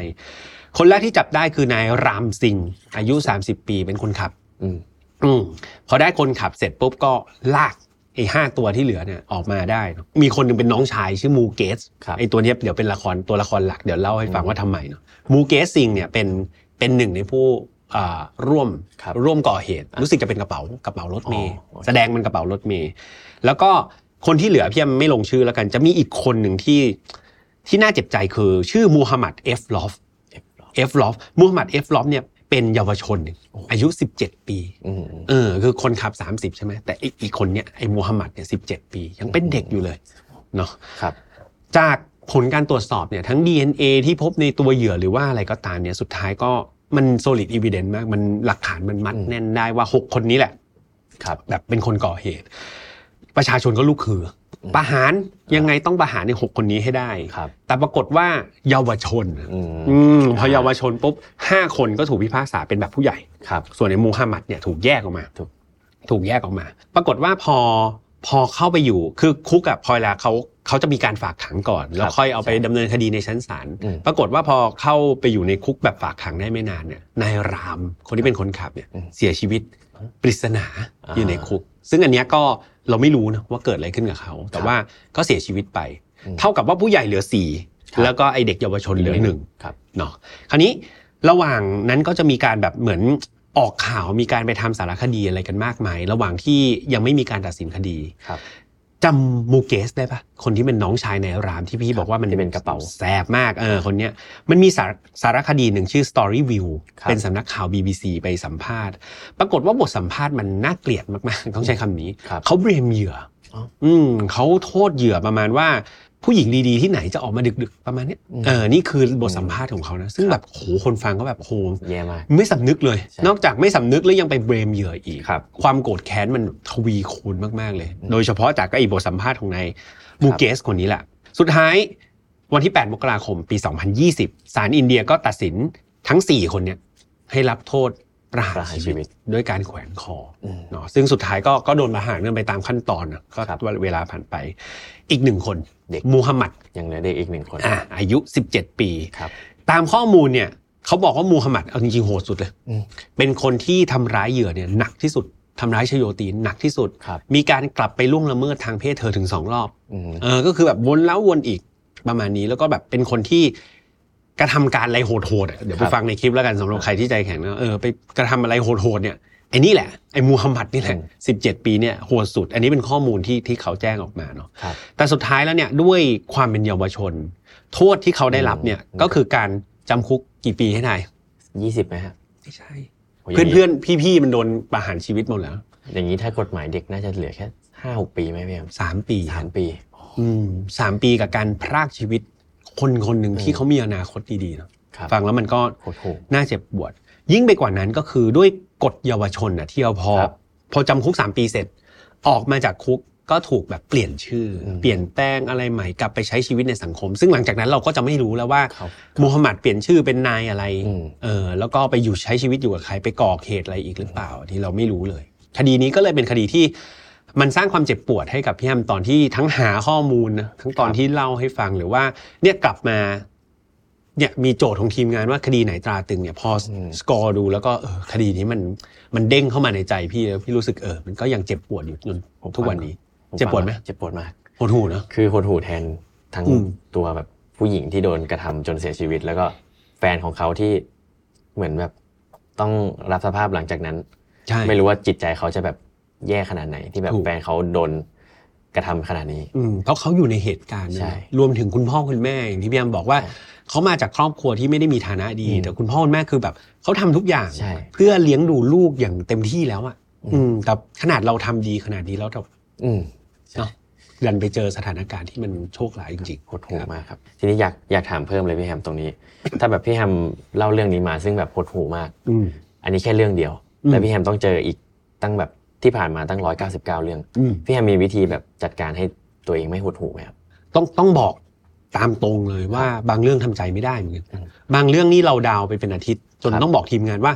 B: คนแรกที่จับได้คือนายรามสิงห์อายุ 30 ปีเป็นคนขับ
A: อืม
B: อืมพอได้คนขับเสร็จปุ๊บก็ลากไอ้ห้าตัวที่เหลือเนี่ยออกมาได้เนอะมีคนหนึ่งเป็นน้องชายชื่อมูเกส
A: ครับ
B: ไอ้ตัวเนี้ยเดี๋ยวเป็นละครตัวละครหลักเดี๋ยวเล่าให้ฟัง
A: อืม
B: ว่าทำไมเนาะมูเกสซิงเนี่ยเป็นเป็นหนึ่งในผู้อ่าร่วม
A: ครับ
B: ร่วมก่อเหตุ รู้สึกจะเป็นกระเป๋ากระเป๋ารถเมย์
A: อ๋อโอเค
B: แสดงเป็นกระเป๋ารถเมย์แล้วก็คนที่เหลือพี่ยังไม่ลงชื่อแล้วกัน จะมีอีกคนหนึ่งที่ที่น่าเจ็บใจคือชื่อมูฮัมหมัดเอฟลอฟ
A: เอฟรอด
B: เอฟลอฟมูฮัมหมัดเอฟลอฟเนี่ยเป็นเยาวชนหนึ่งอายุ 17 ปี
A: อืม
B: เออคือคนขับ 30 ใช่ไหมแต่อีกอีกคนเนี่ยไอ้มูฮัมหมัดเนี่ยสิปี ยังเป็นเด็กอยู่เลยเนาะ
A: ครับ
B: จากผลการตรวจสอบเนี่ยทั้ง DNA ที่พบในตัวเหยื่อหรือว่าอะไรก็ตามเนี่ยสุดท้ายก็มัน solid evidence มาก มันหลักฐานมันมัด
A: อืม
B: แน่นได้ว่า 6 คนนี้แหละ
A: ครับ
B: แบบเป็นคนก่อเหตุ ประชาชนก็ลุกคืออ
A: ม
B: ประหารยังไงต้องประหารในหกคนนี้ให้ได้
A: ครับ
B: แต่ปรากฏว่าเยาวชน
A: อืม
B: อืมพอเยาวชนปุ๊บห้าคนก็ถูกพิพากษาเป็นแบบผู้ใหญ่
A: ครับ
B: ส่วนในมูฮัมหมัดเนี่ยถูกแยกออกมา
A: ถูก
B: ถูกแยกออกมา ปรากฏว่าพอพอเข้าไปอยู่คือคุกอะพอยลาเขาเขาจะมีการฝากขังก่อน แล้วค่อยเอาไปดำเนินคดีในชั้นศาล
A: อืม
B: ปรากฏว่าพอเข้าไปอยู่ในคุกแบบฝากขังได้ไม่นานเนี่ยนายรามคนที่เป็นคนขับเนี่ย
A: อืม
B: เสียชีวิตปริศนา
A: อ่า
B: อยู่ในคุก ซึ่งอันเนี้ยก็เราไม่รู้นะว่าเกิดอะไรขึ้นกับเขา แต่
A: ครับ
B: ว่าก็เสียชีวิตไป
A: อืม
B: เท่ากับว่าผู้ใหญ่เหลือสี่
A: ครับ
B: แล้วก็ไอเด็กเยาวชนเหลือหนึ่ง
A: ครับ
B: เนาะคราวนี้ระหว่างนั้นก็จะมีการแบบเหมือนออกข่าวมีการไปทำสารคดีอะไรกันมากมาย ระหว่างที่ยังไม่มีการตัดสินคดี
A: ครับ
B: จำมูเกสได้ปะคนที่เป็นน้องชายในรามที่พี่บอกว่ามัน
A: ที่เป็นกระเป๋า
B: แสบมากเออคนเนี้ยมันมีสารสารคดีหนึ่งชื่อ Story View
A: ครับ
B: เป็นสำนักข่าว BBC ไปสัมภาษณ์ ปรากฏว่าบทสัมภาษณ์มันน่าเกลียดมากๆ ต้องใช้คำนี้
A: ครับ
B: เขาเบรมเหยื่ออ
A: อ
B: อืมเขาโทษเหยื่อประมาณว่า ผู้หญิงดีๆที่ไหนจะออกมาดึกๆประมาณเนี้ย
A: อืม
B: เออ นี่คือบทสัมภาษณ์ของเขานะ ซึ่งแบบโหคนฟังก็แบบโห
A: แย่มาก
B: ไม่สำนึกเลย
A: ใช่
B: นอกจากไม่สำนึกแล้วยังไปเบรมเหยื่ออีก
A: ครับ
B: ความโกรธแค้นมันทวีคูณมากๆเลย
A: อืม
B: โดยเฉพาะจากไอ้บทสัมภาษณ์ของนายมูเกสคนนี้แหละ สุดท้ายวันที่ 8 มกราคมปี 2020 ศาลอินเดียก็ตัดสินทั้ง 4 คนเนี่ยให้รับโทษประหาร
A: ประหารชี
B: ชี
A: วิ
B: วิ
A: ต
B: ตด้วยการแขวนคอ
A: อืม
B: เนาะซึ่งสุดท้ายก็ก็โดนประหารกันไปตามขั้นตอนนะก็
A: ครับ
B: เวลาผ่านไป อีกหนึ่งคน
A: เด็ก
B: มูฮัมหมัด
A: ยังเหลือเด็กอีกหนึ่งคน
B: อ่ะอายุ 17 ปี
A: ครับ
B: ตามข้อมูลเนี่ยเขาบอกว่ามูฮัมหมัดเอาจริงๆโหดสุดเลย
A: อืม
B: เป็นคนที่ทำร้ายเหยื่อเนี่ยหนักที่สุดทำร้ายชโยตีหนักที่สุด
A: ครับ
B: มีการกลับไปล่วงละเมิดทางเพศเธอถึงสองรอบ
A: อืม
B: เออก็คือแบบวนแล้ววนอีกประมาณนี้แล้วก็แบบเป็นคนที่กระทำการอะไรโหดๆอะเดี๋ยวไป
A: ครับ
B: ฟังในคลิปแล้วกันสำหรับใครที่ใจแข็งนะเออไปกระทำอะไรโหดๆเนี่ยไอ้นี่แหละไอ้มูฮัมหมัดนี่แหละ
A: อืม
B: สิบเจ็ดปีเนี่ยโหดสุด อันนี้เป็นข้อมูลที่ที่เขาแจ้งออกมาเนาะ
A: ครับ
B: แต่สุดท้ายแล้วเนี่ยด้วยความเป็นเยาวชน โทษที่เขาได้รับเนี่ย
A: อืม
B: ก็คือการจำคุกกี่ปีให้นาย
A: ยี่สิบไหมฮะ
B: ไม่ใช่
A: โย่าง
B: เพื่อนๆพี่ๆมันโดนประหารชีวิตหมดแล้ว
A: อย่างนี้ถ้ากฎหมายเด็กน่าจะเหลือแค่ห้าหกปีไหมพี่แอม
B: สามปี
A: สามปี
B: อืมสามปีกับการพรากชีวิตคนคนหนึ่ง
A: อืม
B: ที่เขามีอนาคตดีๆเนาะ
A: ครับ
B: ฟังแล้วมันก็
A: โหดโหด
B: น่าเจ็บปวด ยิ่งไปกว่านั้นก็คือด้วยกฎเยาวชนนะที่เอาพอ
A: ครับ
B: พอจำคุก 3 ปีเสร็จ ออกมาจากคุกก็ถูกแบบเปลี่ยนชื่ออเปลี่ยนแปลงอะไรใหม่กลับไปใช้ชีวิตในสังคม ซึ่งหลังจากนั้นเราก็จะไม่รู้แล้วว่า
A: เขา
B: มูฮัมหมัดเปลี่ยนชื่อเป็นนายอะไร
A: อืม
B: เออแล้วก็ไปอยู่ใช้ชีวิตอยู่กับใครไปก่อเหตุอะไรอีกหรือเปล่าที่เราไม่รู้เลย คดีนี้ก็เลยเป็นคดีที่มันสร้างความเจ็บปวดให้กับพี่แฮมตอนที่ทั้งหาข้อมูลนะทั้งตอนที่เล่าให้ฟังหรือว่า เนี่ยกลับมา เนี่ยมีโจทย์ของทีมงานว่าคดีไหนตราตรึงเนี่ยพอ
A: อืม
B: สกอร์ดูแล้วก็เออคดีนี้มันมันเด้งเข้ามาในใจพี่แล้วพี่รู้สึกเออมันก็ยังเจ็บปวดอยู่จนทุกวันนี้
A: ผฟัง
B: เจ็บปวดไหม
A: เจ็บปวดมาก
B: โหดหูเนอะ
A: คือหดหูแทนทั้ง
B: อืม
A: ตัวแบบผู้หญิงที่โดนกระทำจนเสียชีวิต แล้วก็แฟนของเขาที่เหมือนแบบต้องรับสภาพหลังจากนั้น
B: ใช่
A: ไม่รู้ว่าจิตใจเขาจะแบบแย่ขนาดไหน ที่แบบ
B: ถูก
A: แฟนเขาโดนกระทำขนาดนี้
B: อืมเพราะเขาอยู่ในเหตุการณ์นะ
A: ใช่
B: รวมถึงคุณพ่อคุณแม่อย่างที่พี่แอมบอกว่า
A: ใช่
B: เขามาจากครอบครัวที่ไม่ได้มีฐานะดี
A: อืม
B: แต่คุณพ่อคุณแม่คือแบบเขาทำทุกอย่าง
A: ใช่
B: เพื่อเลี้ยงดูลูกอย่างเต็มที่แล้วอ่ะ
A: อืม
B: อืมแต่ขนาดเราทำดีขนาดนี้แล้วแต่
A: อืม
B: ดันไปเจอสถานการณ์ที่มันโชคร้ายจริงๆ
A: โหดหูมากครับ ทีนี้อยากอยากถามเพิ่มเลยพี่แฮมตรงนี้ ถ้าแบบพี่แฮมเล่าเรื่องนี้มาซึ่งแบบโหดหูมาก
B: อืม
A: อันนี้แค่เรื่องเดียว
B: อืม
A: แต่พี่แฮมต้องเจออีกตั้งแบบที่ผ่านมาตั้ง 199 เรื่อง
B: อืม
A: พี่แฮมมีวิธีแบบจัดการให้ตัวเองไม่หดหูไหมครับ
B: ต้องต้องบอกตามตรงเลยว่าบางเรื่องทำใจไม่ได้เหมือนกัน
A: อืม
B: บางเรื่องนี่เราดาวไปเป็นอาทิตย์ จน
A: ครับ
B: ต้องบอกทีมงานว่า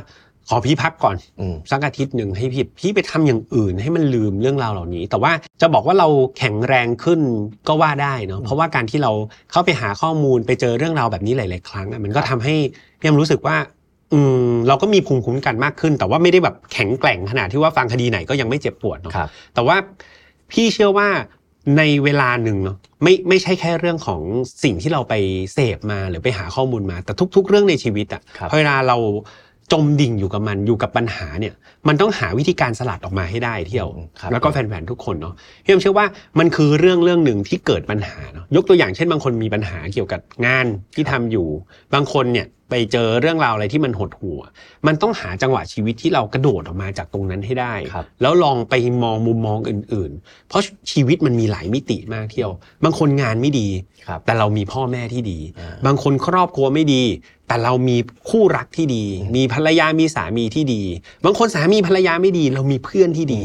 B: ขอพี่พักก่อน
A: อืม
B: สักอาทิตย์หนึ่งให้พี่พี่ไปทำอย่างอื่นให้มันลืมเรื่องราวเหล่านี้ แต่ว่าจะบอกว่าเราแข็งแรงขึ้นก็ว่าได้เนาะเพราะว่าการที่เราเข้าไปหาข้อมูลไปเจอเรื่องราวแบบนี้หลาย ๆ ครั้งอะมันก็ทำให้พี่แอมรู้สึกว่า อืมเราก็มีภูมิคุ้มกันมากขึ้น แต่ว่าไม่ได้แบบแข็งแกร่งขนาดที่ว่าฟังคดีไหนก็ยังไม่เจ็บปวดเนาะ
A: ครับ
B: แต่ว่าพี่เชื่อว่าในเวลาหนึ่งเนาะไม่ไม่ใช่แค่เรื่องของสิ่งที่เราไปเสพมาหรือไปหาข้อมูลมา แต่ทุก ๆ เรื่องในชีวิตอะ
A: ครับ
B: พอเวลาเราจมดิ่งอยู่กับมันอยู่กับปัญหาเนี่ย มันต้องหาวิธีการสลัดออกมาให้ได้เที่ยว
A: ครับ
B: แล้วก็แฟนๆทุกคนเนาะพี่เอ็มเชื่อว่ามันคือเรื่องเรื่องหนึ่งที่เกิดปัญหาเนาะยกตัวอย่างเช่นบางคนมีปัญหาเกี่ยวกับงานที่ทำอยู่ บางคนเนี่ยไปเจอเรื่องราวอะไรที่มันหดหัว มันต้องหาจังหวะชีวิตที่เรากระโดดออกมาจากตรงนั้นให้ได้
A: ครับ
B: แล้วลองไปมองมุมมองอื่น ๆ เพราะชีวิตมันมีหลายมิติมากเที่ยว บางคนงานไม่ดี
A: ครับ
B: แต่เรามีพ่อแม่ที่ดี
A: อ่า
B: บางคนครอบครัวไม่ดี แต่เรามีคู่รักที่ดี มีภรรยามีสามีที่ดี บางคนสามีภรรยาไม่ดี เรามีเพื่อนที่ดี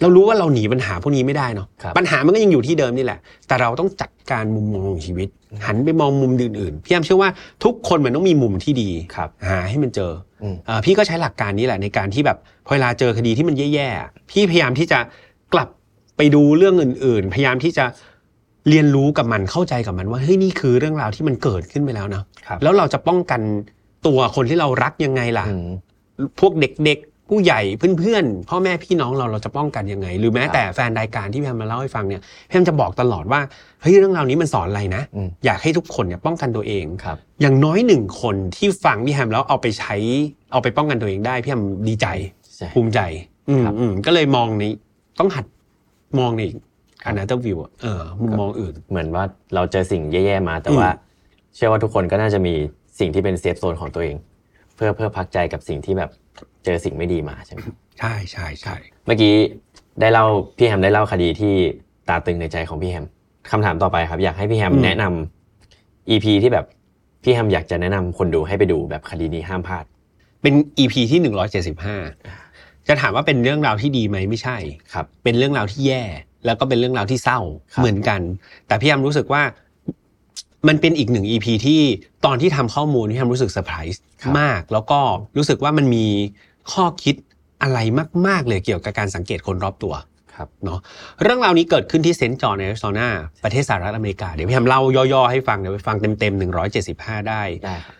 B: เรารู้ว่าเราหนีปัญหาพวกนี้ไม่ได้เนาะ
A: ครับ
B: ปัญหามันก็ยังอยู่ที่เดิมนี่แหละ แต่เราต้องจัดการมุมมองของชีวิต หันไปมองมุมอื่นๆพี่แอมเชื่อว่าทุกคนมันต้องมีมุมที่ดี
A: ครับ
B: หาให้มันเจออ
A: ม
B: เอ่อพี่ก็ใช้หลักการนี้แหละในการที่แบบพอเวลาเจอคดีที่มันแย่ๆอะพี่พยายามที่จะกลับไปดูเรื่องอื่นๆ พยายามที่จะเรียนรู้กับมันเข้าใจกับมันว่าเฮ้ยนี่คือเรื่องราวที่มันเกิดขึ้นไปแล้วนะครับ แล้วเราจะป้องกันตัวคนที่เรารักยังไงล่ะ
A: อืม
B: พวกเด็กๆ ผู้ใหญ่เพื่อนๆ พ่อแม่พี่น้องเราเราจะป้องกันยังไง หรือแม้แต่แฟนรายการที่พี่แอมมาเล่าให้ฟังเนี่ยพี่แอมจะบอกตลอดว่าเฮ้ยเรื่องราวนี้มันสอนอะไรนะ
A: อืม
B: อยากให้ทุกคนเนี่ยป้องกันตัวเอง
A: ครับ
B: อย่างน้อยหนึ่งคนที่ฟังพี่แฮมแล้วเอาไปใช้เอาไปป้องกันตัวเองได้พี่แฮมดีใจ
A: ใช่
B: ภูมิใจอืม
A: ครับ
B: อืมก็เลยมองนี้ต้องหัดมองในอีก
A: ครับ
B: อันนั้นต้องวิวเออมุมมองอื่น
A: เหมือนว่าเราเจอสิ่งแย่ๆมาแต่
B: อืม
A: ว่า เชื่อว่าทุกคนก็น่าจะมีสิ่งที่เป็นเซฟโซนของตัวเอง เพื่อเพื่อพักใจกับสิ่งที่แบบเจอสิ่งไม่ดีมาใช่ไหม
B: ใช่ใช่ใช่
A: เมื่อกี้ได้เล่าพี่แฮมได้เล่าคดีที่ตาตึงในใจของพี่แฮมคำถามต่อไปครับ อยากให้พี่แฮมแนะนำ EP ที่แบบพี่แฮมอยากจะแนะนำคนดูให้ไปดูแบบคดีนี้ห้ามพลาด
B: เป็น EP ที่ 175 จะถามว่าเป็นเรื่องราวที่ดีไหมไม่ใช่
A: ครับ
B: เป็นเรื่องราวที่แย่ แล้วก็เป็นเรื่องราวที่เศร้า
A: ครับ
B: เหมือนกัน แต่พี่แอมรู้สึกว่ามันเป็นอีกหนึ่ง EP ที่ตอนที่ทำข้อมูลพี่แอมรู้สึกเซอร์ไพรส์มาก แล้วก็รู้สึกว่ามันมีข้อคิดอะไรมาก ๆ เลยเกี่ยวกับการสังเกตคนรอบตัว
A: ครับ
B: เรื่องราวนี้เกิดขึ้นที่เซนต์จอห์นในแอริโซนาประเทศสหรัฐอเมริกา เดี๋ยวพี่แอมเล่าย่อ ๆ ให้ฟังเดี๋ยวไปฟังเต็มๆ175 ได้
A: ได้ครับ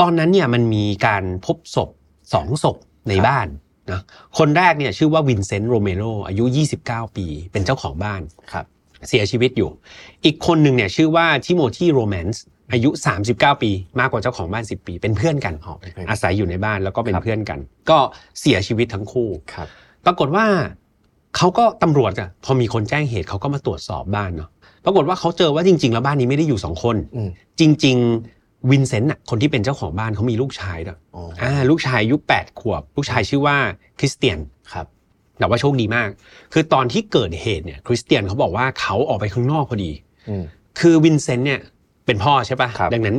B: ตอนนั้นเนี่ยมันมีการพบศพสองศพในบ้านนะคนแรกเนี่ยชื่อว่าวินเซนต์โรเมโรอายุ 29 ปี เป็นเจ้าของบ้าน
A: ครับ
B: เสียชีวิตอยู่ อีกคนหนึ่งเนี่ยชื่อว่าทิโมธีโรแมนส์อายุ 39 ปี มากกว่าเจ้าของบ้าน 10 ปี เป็นเพื่อนกัน
A: อ๋อเป็นเพื่อน
B: อาศัยอยู่ในบ้านแล้วก็เป็น
A: ครับ
B: เพื่อนกัน ก็เสียชีวิตทั้งคู่
A: ครับ
B: ปรากฏว่าเขาก็ตำรวจอะพอมีคนแจ้งเหตุเขาก็มาตรวจสอบบ้านเนาะปรากฏว่าเขาเจอว่าจริง ๆ แล้วบ้านนี้ไม่ได้อยู่สองคน
A: อืม
B: จริง ๆ วินเซนต์น่ะคนที่เป็นเจ้าของบ้านเขามีลูกชายด้วย
A: อ๋อ
B: อ่าลูกชายอายุ8ขวบ ลูกชายชื่อว่าคริสเตียน
A: ครับ
B: แต่ว่าโชคดีมาก คือตอนที่เกิดเหตุเนี่ยคริสเตียนเขาบอกว่าเขาออกไปข้างนอกพอดี
A: อืม
B: คือวินเซนต์เนี่ยเป็นพ่อใช่
A: ครั
B: ปะ่ะ
A: บ
B: ดังนั้น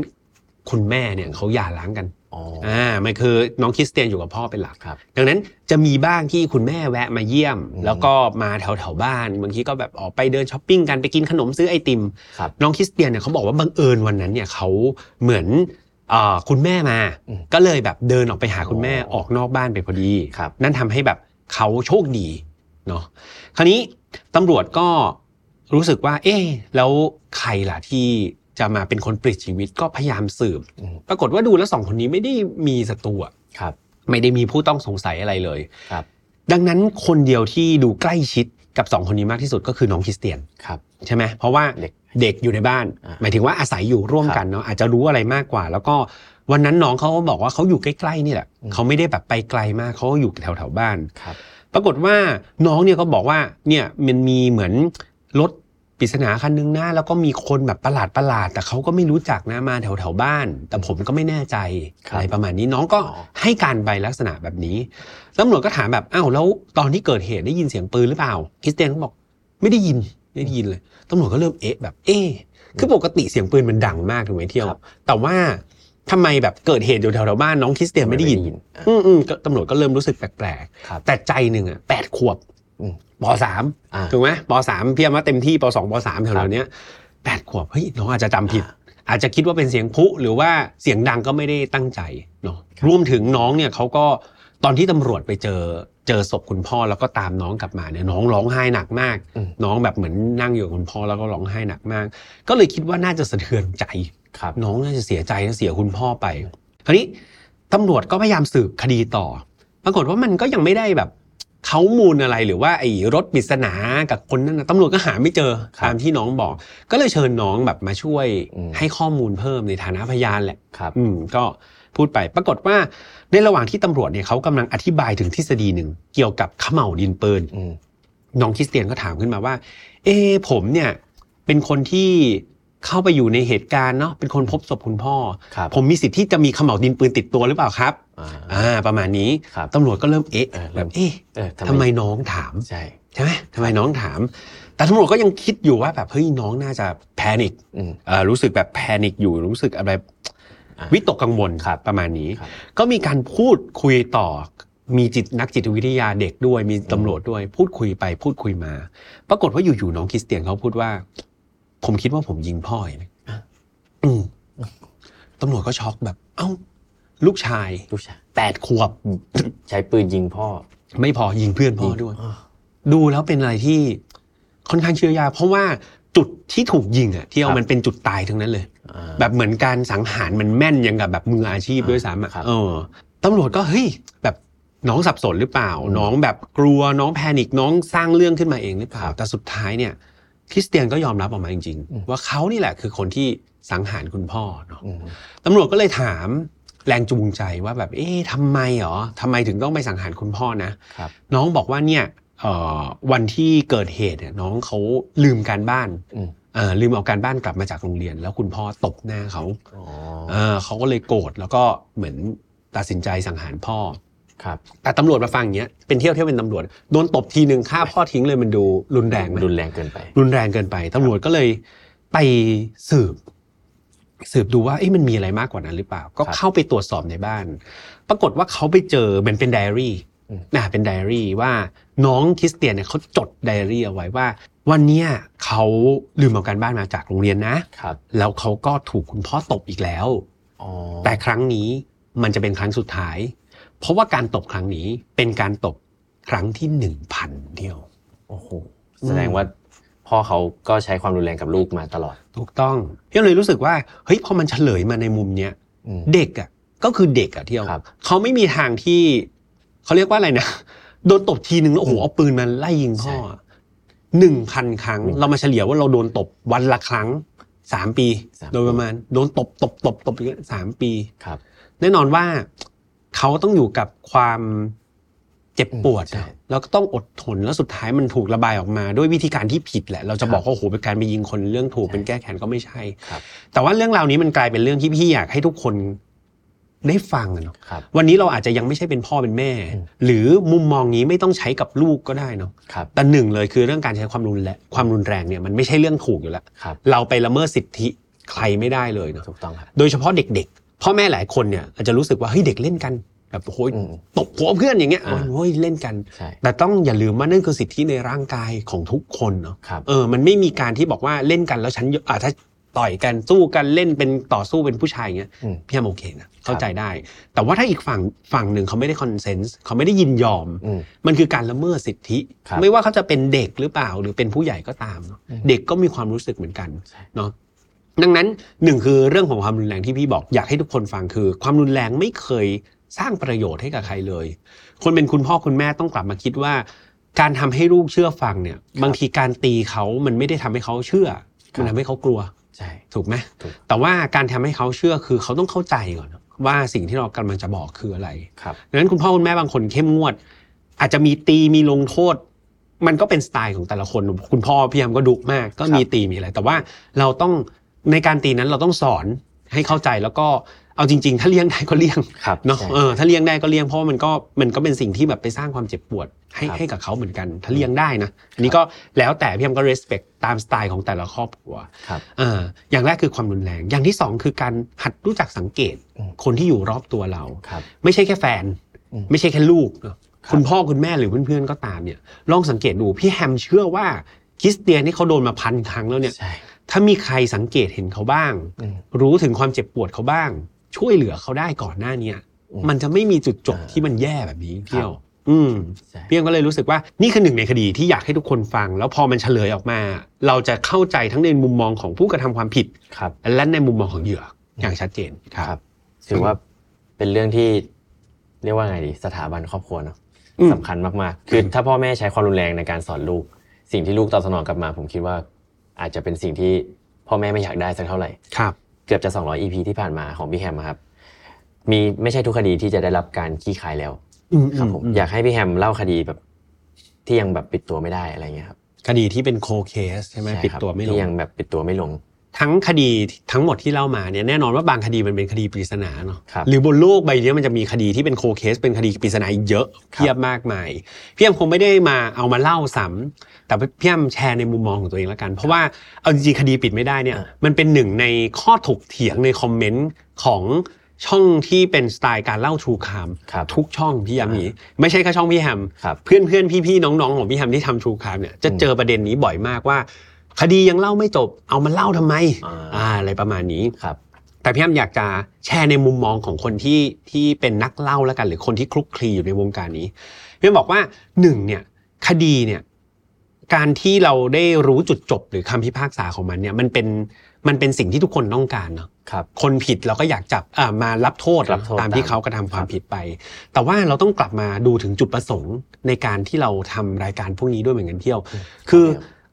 B: คุณแม่เนี่ยเขาหย่าร้างกัน
A: อ๋อ
B: อ่ามันคือน้องคริสเตียนอยู่กับพ่อเป็นหลัก
A: ครับ
B: ดังนั้นจะมีบ้างที่คุณแม่แวะมาเยี่ยม
A: อืม
B: แล้วก็มาแถวแถวๆบ้านบางทีก็แบบออกไปเดินช้อปปิ้งกันไปกินขนมซื้อไอติม
A: ครับ
B: น้องคริสเตียนเนี่ยเขาบอกว่าบังเอิญวันนั้นเนี่ยเขาเหมือนเออคุณแม่มา
A: อืม
B: ก็เลยแบบเดินออกไปหาคุณแม่
A: อ๋อ
B: ออกนอกบ้านไปพอดี
A: ครับ
B: นั่นทำให้แบบเขาโชคดีเนาะคราวนี้ตำรวจก็รู้สึกว่า เอ๊ะแล้วใครล่ะที่จะมาเป็นคนปลิดชีวิตก็พยายามสืบ
A: อืม
B: ปรากฏว่าดูแล้วสองคนนี้ไม่ได้มีศัตรูอะ
A: ครับ
B: ไม่ได้มีผู้ต้องสงสัยอะไรเลย
A: ครับ
B: ดังนั้นคนเดียวที่ดูใกล้ชิดกับสองคนนี้มากที่สุดก็คือน้องคริสเตียน
A: ครับ
B: ใช่ไหมเพราะว่า
A: เด็ก
B: เด็กอยู่ในบ้าน
A: อ่า
B: หมายถึงว่าอาศัยอยู่ร่วมกันเนาะอาจจะรู้อะไรมากกว่า แล้วก็วันนั้นน้องเขาบอกว่าเขาอยู่ใกล้ๆนี่แหละ
A: อืม
B: เขาไม่ได้แบบไปไกลมากเขาก็อยู่แถวๆบ้าน
A: ครับ
B: ปรากฏว่าน้องเนี่ยก็บอกว่าเนี่ยมันมีเหมือนรถ ปริศนาคันนึงนะแล้วก็มีคนแบบประหลาดประหลาดๆแต่เขาก็ไม่รู้จักนะมาแถวแถวๆบ้าน แต่ผมก็ไม่แน่ใจ
A: ครับ
B: อะไรประมาณนี้น้องก็ให้การไปลักษณะแบบนี้ตำรวจก็ถามแบบอ้าวแล้วตอนที่เกิดเหตุได้ยินเสียงปืนหรือเปล่าคริสเตียนก็บอกไม่ได้ยินไม่ได้ยินเลยตำรวจก็เริ่มเอ๊ะแบบเอ๊ะคือปกติเสียงปืนมันดังมากถูกไหมเที่ยว แต่ว่าทำไมแบบเกิดเหตุอยู่แถวๆบ้านน้องคริสเตียนไม่ได้ยิน
A: อ่ะ
B: อืมอืมก็ตำรวจก็เริ่มรู้สึกแปลก
A: ครับ
B: ๆแต่ใจหนึ่งอ่ะแปดขวบ
A: อืม
B: ปสาม
A: อ่า
B: ถูกไหมปสามเพียงว่าเต็มที่ปสองปสามแถวๆเนี้ยแปดขวบเฮ้ยน้องอาจจะจำผิด อาจจะคิดว่าเป็นเสียงพลุหรือว่าเสียงดังก็ไม่ได้ตั้งใจเนาะ
A: ครับ
B: รวมถึงน้องเนี่ยเขาก็ตอนที่ตำรวจไปเจอเจอศพคุณพ่อแล้วก็ตามน้องกลับมาเนี่ยน้องร้องไห้หนักมาก
A: อืม
B: น้องแบบเหมือนนั่งอยู่กับคุณพ่อแล้วก็ร้องไห้หนักมาก ก็เลยคิดว่าน่าจะสะเทือนใจ
A: ครับ
B: น้องน่าจะเสียใจนะเสียคุณพ่อไป คราวนี้ตำรวจก็พยายามสืบคดีต่อ ปรากฏว่ามันก็ยังไม่ได้แบบเขามูลอะไรหรือว่าไอ้รถปริศนากับคนนั้นนะตำรวจก็หาไม่เจอตามที่น้องบอก ก็เลยเชิญน้องแบบมาช่วย
A: อืม
B: ให้ข้อมูลเพิ่มในฐานะพยานแหละ
A: ครับ
B: อืมก็พูดไปปรากฏว่าในระหว่างที่ตำรวจเนี่ยเขากำลังอธิบายถึงทฤษฎีหนึ่งเกี่ยวกับเขม่าวดินปืน
A: อืม
B: น้องคริสเตียนก็ถามขึ้นมาว่า เออผมเนี่ยเป็นคนที่เข้าไปอยู่ในเหตุการณ์เนาะ เป็นคนพบศพคุณพ่อ
A: ครับ
B: ผมมีสิทธิ์ที่จะมีเขม่าวดินปืนติดตัวหรือเปล่าครับ
A: อ่า
B: อ่า ประมาณนี้
A: ครับ
B: ตำรวจก็เริ่มเอ๊ะ
A: เออเริ่
B: แบ
A: ม
B: บเอ๊ะ
A: เออ
B: ทำไมน้องถาม
A: ใช่
B: ใช่ไหมทำไมน้องถาม แต่ตำรวจก็ยังคิดอยู่ว่าแบบเฮ้ยน้องน่าจะแพนิค
A: อืม
B: เอ่อรู้สึกแบบแพนิคอยู่ รู้สึกอะไร
A: อ่า
B: วิตกกังวล
A: ครับ
B: ประมาณนี้
A: ครับ
B: ก็มีการพูดคุยต่อ มีจิตนักจิตวิทยาเด็กด้วย มีตำรวจด้วย พูดคุยไปพูดคุยมา ปรากฏว่าอยู่ๆน้องคริสเตียนเขาพูดว่า ผมคิดว่าผมยิงพ่อเองนะอืมตำรวจก็ช็อกแบบ เอ้า ลูกชาย
A: ลูกชาย
B: แปดขวบ
A: ใช้ปืนยิงพ่อ
B: ไม่พอยิงเพื่อนพ่อด้วย
A: า
B: ดูแล้วเป็นอะไรที่ค่อนข้างเชื่อยากเพราะว่าจุดที่ถูกยิงอะที่เอามันเป็นจุดตายทั้งนั้นเลย
A: อ่า
B: แบบเหมือนการสังหารมันแม่นอยังกับแบบมืออาชีพด้วยซ้ำอะ
A: ครับ
B: เออตำรวจก็เฮ้ยแบบน้องสับสนหรือเปล่า
A: อืม
B: น้องแบบกลัวน้องแพนิคน้องสร้างเรื่องขึ้นมาเองหรือเปล่า
A: ครับ
B: แต่สุดท้ายเนี่ยคริสเตียนก็ยอมรับออกมาจริง
A: อืม
B: ๆ ว่าเขานี่แหละคือคนที่สังหารคุณพ่อเนาะ
A: อืม
B: ตำรวจก็เลยถามแรงจูงใจว่าแบบเอ๊ะทำไมเหรอทำไมถึงต้องไปสังหารคุณพ่อนะ
A: ครับ
B: น้องบอกว่าเนี่ยเอ่อวันที่เกิดเหตุเนี่ยน้องเขาลืมการบ้าน
A: อืม
B: เอ่อลืมเอาการบ้านกลับมาจากโรงเรียน แล้วคุณพ่อตบหน้าเขา
A: อ๋อ
B: เออเขาก็เลยโกรธแล้วก็เหมือนตัดสินใจสังหารพ่อ
A: ครับ
B: แต่ตำรวจมาฟังอย่างเงี้ยเป็นเที่ยวเที่ยวเป็นตำรวจโดนตบทีหนึ่งฆ่าพ่อทิ้งเลยมันดูรุนแรงไหม
A: รุนแรงเกินไป
B: รุนแรงเกินไปตำรวจก็เลยไปสืบ สืบดูว่าเอ๊ะมันมีอะไรมากกว่านั้นหรือเปล่า ก็
A: ครับ
B: เข้าไปตรวจสอบในบ้าน ปรากฏว่าเขาไปเจอเป็นเป็นไดอารี่
A: อืม
B: นะเป็นไดอารี่ว่าน้องคริสเตียนเนี่ยเขาจดไดอารี่เอาไว้ว่า วันเนี้ยเขาลืมเอาการบ้านมาจากโรงเรียนนะ
A: ครับ
B: แล้วเขาก็ถูกคุณพ่อตบอีกแล้ว
A: อ๋อ
B: แต่ครั้งนี้มันจะเป็นครั้งสุดท้าย เพราะว่าการตบครั้งนี้เป็นการตบครั้งที่หนึ่งพันเดียว
A: โอ้โห
B: อืม
A: แสดงว่าพ่อเขาก็ใช้ความรุนแรงกับลูกมาตลอด
B: ถูกต้องพี่เลยรู้สึกว่าเฮ้ยพอมันเฉลยมาในมุมเนี้ย
A: อืม
B: เด็กอ่ะก็คือเด็กอ่ะเที่ยว
A: ครับ
B: เขาไม่มีทางที่เขาเรียกว่าอะไรนะ โดนตบทีหนึ่งแล้วโอ้โหเอาปืนมาไล่ยิงพ่อหนึ่งพันครั้ง
A: หนึ่งพัน
B: เรามาเฉลี่ยว่าเราโดนตบวันละครั้งสามปี
A: สามปี
B: โดยประมาณโดนตบตบตบตบอย่างเงี้ยสามปี
A: ครับ
B: แน่นอนว่าเขาต้องอยู่กับความเจ็บปวด
A: ใช่
B: นะแล้วก็ต้องอดทนแล้วสุดท้ายมันถูกระบายออกมา ด้วยวิธีการที่ผิดแหละ เราจะบอกว่าโอ้โหเป็นการไปยิงคนเรื่องถูก
A: ใช่
B: เป็นแก้แค้นก็ไม่ใช่
A: ครับ
B: แต่ว่าเรื่องราวนี้มันกลายเป็นเรื่องที่พี่อยากให้ทุกคนได้ฟังอะเนาะ
A: ครับ
B: วันนี้เราอาจจะยังไม่ใช่เป็นพ่อเป็นแม่
A: อืม
B: หรือมุมมองนี้ไม่ต้องใช้กับลูกก็ได้เนาะ
A: ครับ
B: แต่หนึ่งเลยคือเรื่องการใช้ความรุนแรงความรุนแรงเนี่ยมันไม่ใช่เรื่องถูกอยู่แล้ว
A: ครับ
B: เราไปละเมิดสิทธิใครไม่ได้เลยเนาะ
A: ถูกต้องครับ
B: โดยเฉพาะเด็กๆ พ่อแม่หลายคนเนี่ยอาจจะรู้สึกว่าเฮ้ยเด็กเล่นกันแบบโอ้ย
A: อืม
B: ตบหัวเพื่อนอย่างเงี้ย
A: อ่า
B: โอ้ยเล่นกัน
A: ใช่
B: แต่ต้องอย่าลืมว่านั่นคือสิทธิในร่างกายของทุกคนเนาะ
A: ครับ
B: เออมันไม่มีการที่บอกว่าเล่นกันแล้วฉันอ่าถ้าต่อยกันสู้กันเล่นเป็นต่อสู้เป็นผู้ชายอย่างเงี้ย
A: อืม
B: พี่แอมโอเคนะเข้า
A: ครับ
B: ใจได้ แต่ว่าถ้าอีกฝั่งฝั่งหนึ่งเขาไม่ได้คอนเซนส์เขาไม่ได้ยินยอม
A: อืม
B: มันคือการละเมิดสิทธิ
A: ครับ
B: ไม่ว่าเขาจะเป็นเด็กหรือเปล่าหรือเป็นผู้ใหญ่ก็ตามเนอะ
A: อืม
B: เด็กก็มีความรู้สึกเหมือนกัน
A: ใช่
B: เนาะดังนั้นหนึ่งคือเรื่องของความรุนแรงที่พี่บอกอยากให้ทุกคนฟังคือ ความรุนแรงไม่เคยสร้างประโยชน์ให้กับใครเลย คนเป็นคุณพ่อคุณแม่ต้องกลับมาคิดว่า การทำให้ลูกเชื่อฟังเนี่ย บางทีการตีเขามันไม่ได้ทำให้เขาเชื่อมันทำให้เขากลัว
A: ใช่
B: ถูกไหม
A: ถูก
B: แต่ว่าการทำให้เขาเชื่อคือเขาต้องเข้าใจก่อนว่าสิ่งที่เรากำลังจะบอกคืออะไร
A: ครับ
B: ดังนั้นคุณพ่อคุณแม่บางคนเข้มงวด อาจจะมีตีมีลงโทษ มันก็เป็นสไตล์ของแต่ละคน คุณพ่อพี่ยามก็ดุมาก ก็มีตีมีอะไร แต่ว่าเราต้องในการตีนั้นเราต้องสอนให้เข้าใจแล้วก็เอาจริง ๆ ถ้าเลี่ยงได้ก็เลี่ยง
A: ครับ
B: เนาะ
A: ใช่
B: เออถ้าเลี่ยงได้ก็เลี่ยงเพราะว่ามันก็มันก็เป็นสิ่งที่แบบไปสร้างความเจ็บปวดให้
A: ครับ
B: ให้กับเขาเหมือนกัน ถ้าเลี่ยงได้นะอันนี้ก็แล้วแต่พี่ยามก็ respect ตามสไตล์ของแต่ละครอบครัว
A: ครับ
B: เอออย่างแรกคือความรุนแรง อย่างที่สองคือการหัดรู้จักสังเกต
A: อืม
B: คนที่อยู่รอบตัวเรา
A: ครับ
B: ไม่ใช่แค่แฟน
A: อืม
B: ไม่ใช่แค่ลูกเนอะ
A: ครับ
B: คุณพ่อคุณแม่หรือเพื่อนๆก็ตามเนี่ย ลองสังเกตดูพี่แฮมเชื่อว่าคริสเตียนนี่เขาโดนมาพันครั้งแล้วเนี่ย
A: ใช่
B: ถ้ามีใครสังเกตเห็นเขาบ้าง
A: อืม
B: รู้ถึงความเจ็บปวดเขาบ้าง ช่วยเหลือเขาได้ก่อนหน้าเนี้ย
A: อืม
B: มันจะไม่มีจุดจบ
A: อ่า
B: ที่มันแย่แบบนี้
A: ครับ
B: เที่ยว อืม
A: ใช่
B: เพียงก็เลยรู้สึกว่านี่คือหนึ่งในคดีที่อยากให้ทุกคนฟัง แล้วพอมันเฉลยออกมา เราจะเข้าใจทั้งในมุมมองของผู้กระทำความผิด
A: ครับ
B: และในมุมมองของเหยื่ออย่างชัดเจน
A: ครับ ถือว่าเป็นเรื่องที่เรียกว่าไงดีสถาบันครอบครัวเนาะ
B: อืม
A: สำคัญมากๆ คือถ้าพ่อแม่ใช้ความรุนแรงในการสอนลูก สิ่งที่ลูกตอบสนองกลับมา ผมคิดว่า อาจจะเป็นสิ่งที่พ่อแม่ไม่อยากได้สักเท่าไหร่
B: ครับ
A: เกือบจะ 200 EP ที่ผ่านมาของพี่แฮมอะครับ มีไม่ใช่ทุกคดีที่จะได้รับการขี้คายแล้ว
B: อืม
A: ครับผม
B: อืม
A: อยากให้พี่แฮมเล่าคดีแบบ ที่ยังแบบปิดตัวไม่ได้อะไรเงี้ยครับ
B: คดีที่เป็นโคเคสใช่ไหม
A: ใช่
B: ปิด
A: ครับ
B: ตัวไม่ลง
A: ที่ยังแบบปิดตัวไม่ลง
B: ทั้งคดีทั้งหมดที่เล่ามาเนี่ยแน่นอนว่าบางคดีมันเป็นคดีปริศนาเนาะ
A: ครับ
B: หรือบนโลกใบเนี้ยมันจะมีคดีที่เป็นโคเคสเป็นคดีปริศนาอีกเยอะ
A: ครับ
B: เพียบมากมายพี่แอมคงไม่ได้มาเอามาเล่าซ้ำแต่พี่แอมแชร์ในมุมมองของตัวเองละกัน เพราะว่าเอาจริงๆคดีปิดไม่ได้เนี่ยมันเป็นหนึ่งในข้อถกเถียงในคอมเมนต์ของช่องที่เป็นสไตล์การเล่าทูคาม
A: ครับ
B: ทุกช่องพี่แอมนี้ไม่ใช่แค่ช่องพี่แฮม
A: ครับ
B: เพื่อนเพื่อนพี่พี่ๆน้องๆของพี่ทำที่ทำทรูคามเนี่ยจะ
A: อืม
B: เจอประเด็นนี้บ่อยมากว่า คดียังเล่าไม่จบเอามาเล่าทำไม
A: อ่า
B: อ่าอะไรประมาณนี้
A: ครับ
B: แต่พี่แอมอยากจะแชร์ในมุมมองของคนที่ที่เป็นนักเล่าแล้วกัน หรือคนที่คลุกคลีอยู่ในวงการนี้พี่แอมบอกว่าหนึ่งเนี่ยคดีเนี่ยการที่เราได้รู้จุดจบหรือคำพิพากษาของมันเนี่ยมันเป็นมันเป็นสิ่งที่ทุกคนต้องการเนาะ
A: ครับ
B: คนผิดเราก็อยากจับอ่ามารับโทษ
A: รับโทษ
B: ตามที่
A: ตาม
B: เขากระทำความผิดไป แต่ว่าเราต้องกลับมาดูถึงจุดประสงค์ในการที่เราทำรายการพวกนี้ด้วยเหมือนกันเที่ยว
A: อืม
B: คือ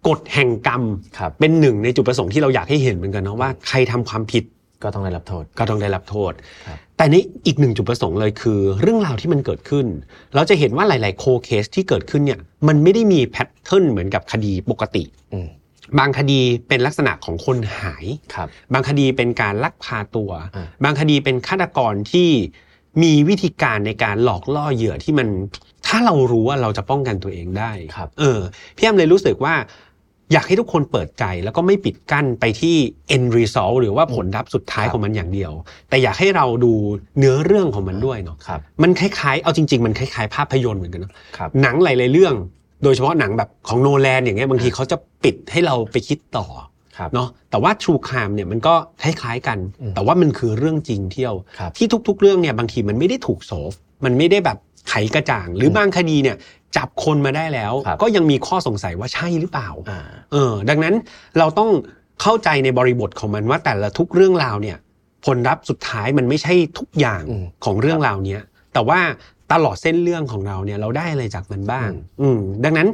B: กฎแห่งกรรม
A: ครับ
B: เป็นหนึ่งในจุดประสงค์ที่เราอยากให้เห็นเหมือนกันเนาะว่าใครทำความผิด
A: ก็ต้องได้รับโทษ
B: ก็ต้องได้รับโทษ
A: ครับ
B: แต่นี่อีกหนึ่งจุดประสงค์เลยคือ เรื่องราวที่มันเกิดขึ้น เราจะเห็นว่าหลายๆโคเคสที่เกิดขึ้นเนี่ยมันไม่ได้มีแพทเทิร์นเหมือนกับคดีปกติ
A: อืม
B: บางคดีเป็นลักษณะของคนหาย
A: ครับ
B: บางคดีเป็นการลักพาตัว
A: อ่า
B: บางคดีเป็นฆาตกรที่มีวิธีการในการหลอกล่อเหยื่อที่มัน ถ้าเรารู้ว่าเราจะป้องกันตัวเองได้
A: ครับ
B: เออพี่แอมเลยรู้สึกว่า อยากให้ทุกคนเปิดใจแล้วก็ไม่ปิดกั้นไปที่ end result หรือว่าผลลัพธ์สุดท้าย
A: ครับ
B: ของมันอย่างเดียว แต่อยากให้เราดูเนื้อเรื่องของมันด้วยเนาะ
A: ครับ
B: มันคล้ายๆ เอาจริง ๆ มันคล้ายๆ ภาพยนตร์เหมือนกันเนอะ
A: ครับ
B: หนังหลายๆเรื่อง โดยเฉพาะหนังแบบของโนแลนอย่างเงี้ยบางทีเขาจะปิดให้เราไปคิดต่อ
A: ครับ
B: เนาะแต่ว่าทรูคามเนี่ยมันก็คล้ายๆกัน
A: อืม
B: แต่ว่ามันคือเรื่องจริงเที่ยว
A: ครับ
B: ที่ทุก ๆ เรื่องเนี่ยบางทีมันไม่ได้ถูกโซฟมันไม่ได้แบบไขกระจ่าง หรืออ
A: ม
B: บางคดีเนี่ยจับคนมาได้แล้ว
A: ครับ
B: ก็ยังมีข้อสงสัยว่าใช่หรือเปล่า
A: อ่า
B: เออดังนั้นเราต้องเข้าใจในบริบทของมันว่าแต่ละทุกเรื่องราวเนี่ย ผลลัพธ์สุดท้ายมันไม่ใช่ทุกอย่าง
A: อืม
B: ของเรื่องราวเนี้ยแต่ว่าตลอดเส้นเรื่องของเราเนี่ยเราได้อะไรจากมันบ้าง อืมดังนั้น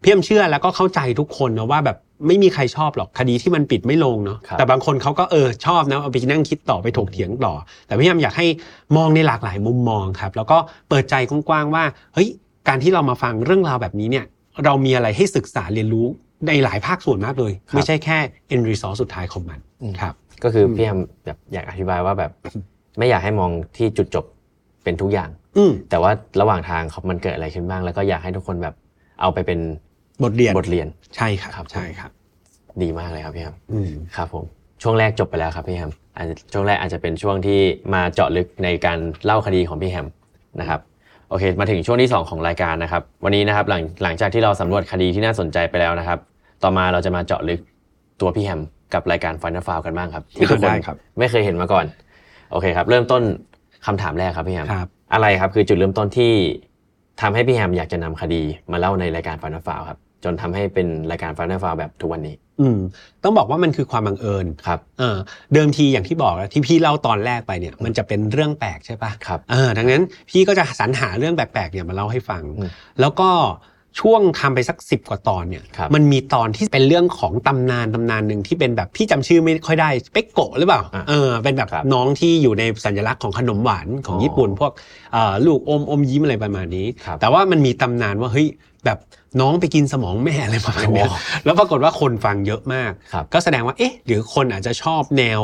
B: เพียมเชื่อแล้วก็เข้าใจทุกคนนะว่าแบบไม่มีใครชอบหรอกคดีที่มันปิดไม่ลงเนาะ
A: ครับ
B: แต่บางคนเขาก็เออชอบนะเอาไปนั่งคิดต่อไปถกเถียงต่อ แต่พี่ยามอยากให้มองในหลากหลายมุมมองครับ แล้วก็เปิดใจกว้างๆว่าเฮ้ยการที่เรามาฟังเรื่องราวแบบนี้เนี่ย เรามีอะไรให้ศึกษาเรียนรู้ในหลายภาคส่วนมากเลย
A: ครับ
B: ไม่ใช่แค่ end result สุดท้ายของมัน
A: อืม
B: ครับ
A: ก็คืออ
B: ม
A: พี่แฮมแบบอยากอธิบายว่าแบบ ไม่อยากให้มองที่จุดจบเป็นทุกอย่าง
B: อืม
A: แต่ว่าระหว่างทางเขามันเกิดอะไรขึ้นบ้าง แล้วก็อยากให้ทุกคนแบบเอาไปเป็น
B: บทเรียน
A: บทเรียน
B: ใช่ครับ
A: ครับ
B: ใช่ครับ
A: ดีมากเลยครับพี่แฮม
B: อืม
A: ครับผม ช่วงแรกจบไปแล้วครับพี่แฮมอาจจะช่วงแรกอาจจะเป็นช่วงที่มาเจาะลึกในการเล่าคดีของพี่แฮมนะครับ โอเค มาถึงช่วงที่ 2 ของรายการนะครับ วันนี้นะครับหลังหลังจากที่เราสำรวจคดีที่น่าสนใจไปแล้วนะครับ ต่อมาเราจะมาเจาะลึกตัวพี่แฮมกับรายการฟันฟาวกันบ้าง ครับที่ทุกคน
B: ได้ครับ
A: ไม่เคยเห็นมาก่อน โอเคครับ เริ่มต้นคำถามแรกครับพี่แฮม
B: ครับ
A: อะไรครับคือจุดเริ่มต้นที่ทำให้พี่แฮมอยากจะนำคดีมาเล่าในรายการฟันฟาวครับ จนทำให้เป็นรายการฟันฟาวแบบทุกวันนี้
B: อืมต้องบอกว่ามันคือความบังเอิญ
A: ครับ
B: เออเดิมทีอย่างที่บอกแล้วที่พี่เล่าตอนแรกไปเนี่ย มันจะเป็นเรื่องแปลกใช่ปะ
A: ครับ
B: เออดังนั้นพี่ก็จะสรรหาเรื่องแปลกๆเนี่ยมาเล่าให้ฟัง
A: อืม
B: แล้วก็ช่วงทำไปสักสิบกว่าตอนเนี่ย
A: ครับ
B: มันมีตอนที่เป็นเรื่องของตำนานตำนานหนึ่งที่เป็นแบบพี่จำชื่อไม่ค่อยได้เป๊กโกะหรือเปล่า
A: อ่ะ
B: เออเป็นแบบ
A: ครับ
B: น้องที่อยู่ในสัญลักษณ์ของขนมหวานของ
A: อ๋อ
B: ญี่ปุ่น พวกเอ่อลูกอมอมยิ้มอะไรประมาณนี้
A: ครับ
B: แต่ว่ามันมีตำนานว่าเฮ้ย แบบน้องไปกินสมองแม่อะไรประมาณเนี้ย
A: โอ้
B: แล้วปรากฏว่าคนฟังเยอะมาก
A: ครับ
B: ก็แสดงว่าเอ๊ะหรือคนอาจจะชอบแนว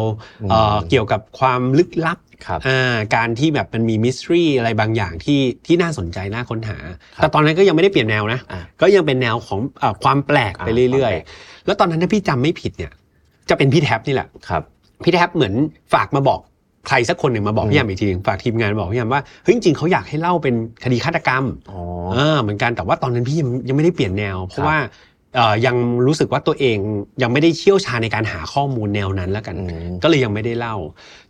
B: เอ่อ
A: อืม
B: เกี่ยวกับความลึกลับ
A: ครับ
B: อ่าการที่แบบมันมีมิสทรีอะไรบางอย่างที่ที่น่าสนใจน่าค้นหา
A: ครับ
B: แต่ตอนนั้นก็ยังไม่ได้เปลี่ยนแนวนะ
A: อ่า
B: ก็ยังเป็นแนวของอาความแปลกไปเรื่อย
A: อ่าความแปลก
B: ๆ แล้วตอนนั้นถ้าพี่จำไม่ผิดเนี่ย จะเป็นพี่แท็บนี่แหละ
A: ครับ
B: พี่แท็บเหมือนฝากมาบอกใครสักคนหนึ่งมาบอก
A: อืม
B: พี่ยามอีกทีหนึ่งฝากทีมงานบอกพี่ยามว่าเฮ้ยจริงๆเขาอยากให้เล่าเป็นคดีฆาตกรรม
A: อ๋อ
B: เออเหมือนกันแต่ว่าตอนนั้นพี่ยังยังไม่ได้เปลี่ยนแนว เพ
A: ครั
B: ราะ
A: บ
B: ว่าเอ่อยังรู้สึกว่าตัวเองยังไม่ได้เชี่ยวชาญในการหาข้อมูลแนวนั้นแล้วกัน
A: อืม
B: ก็เลยยังไม่ได้เล่า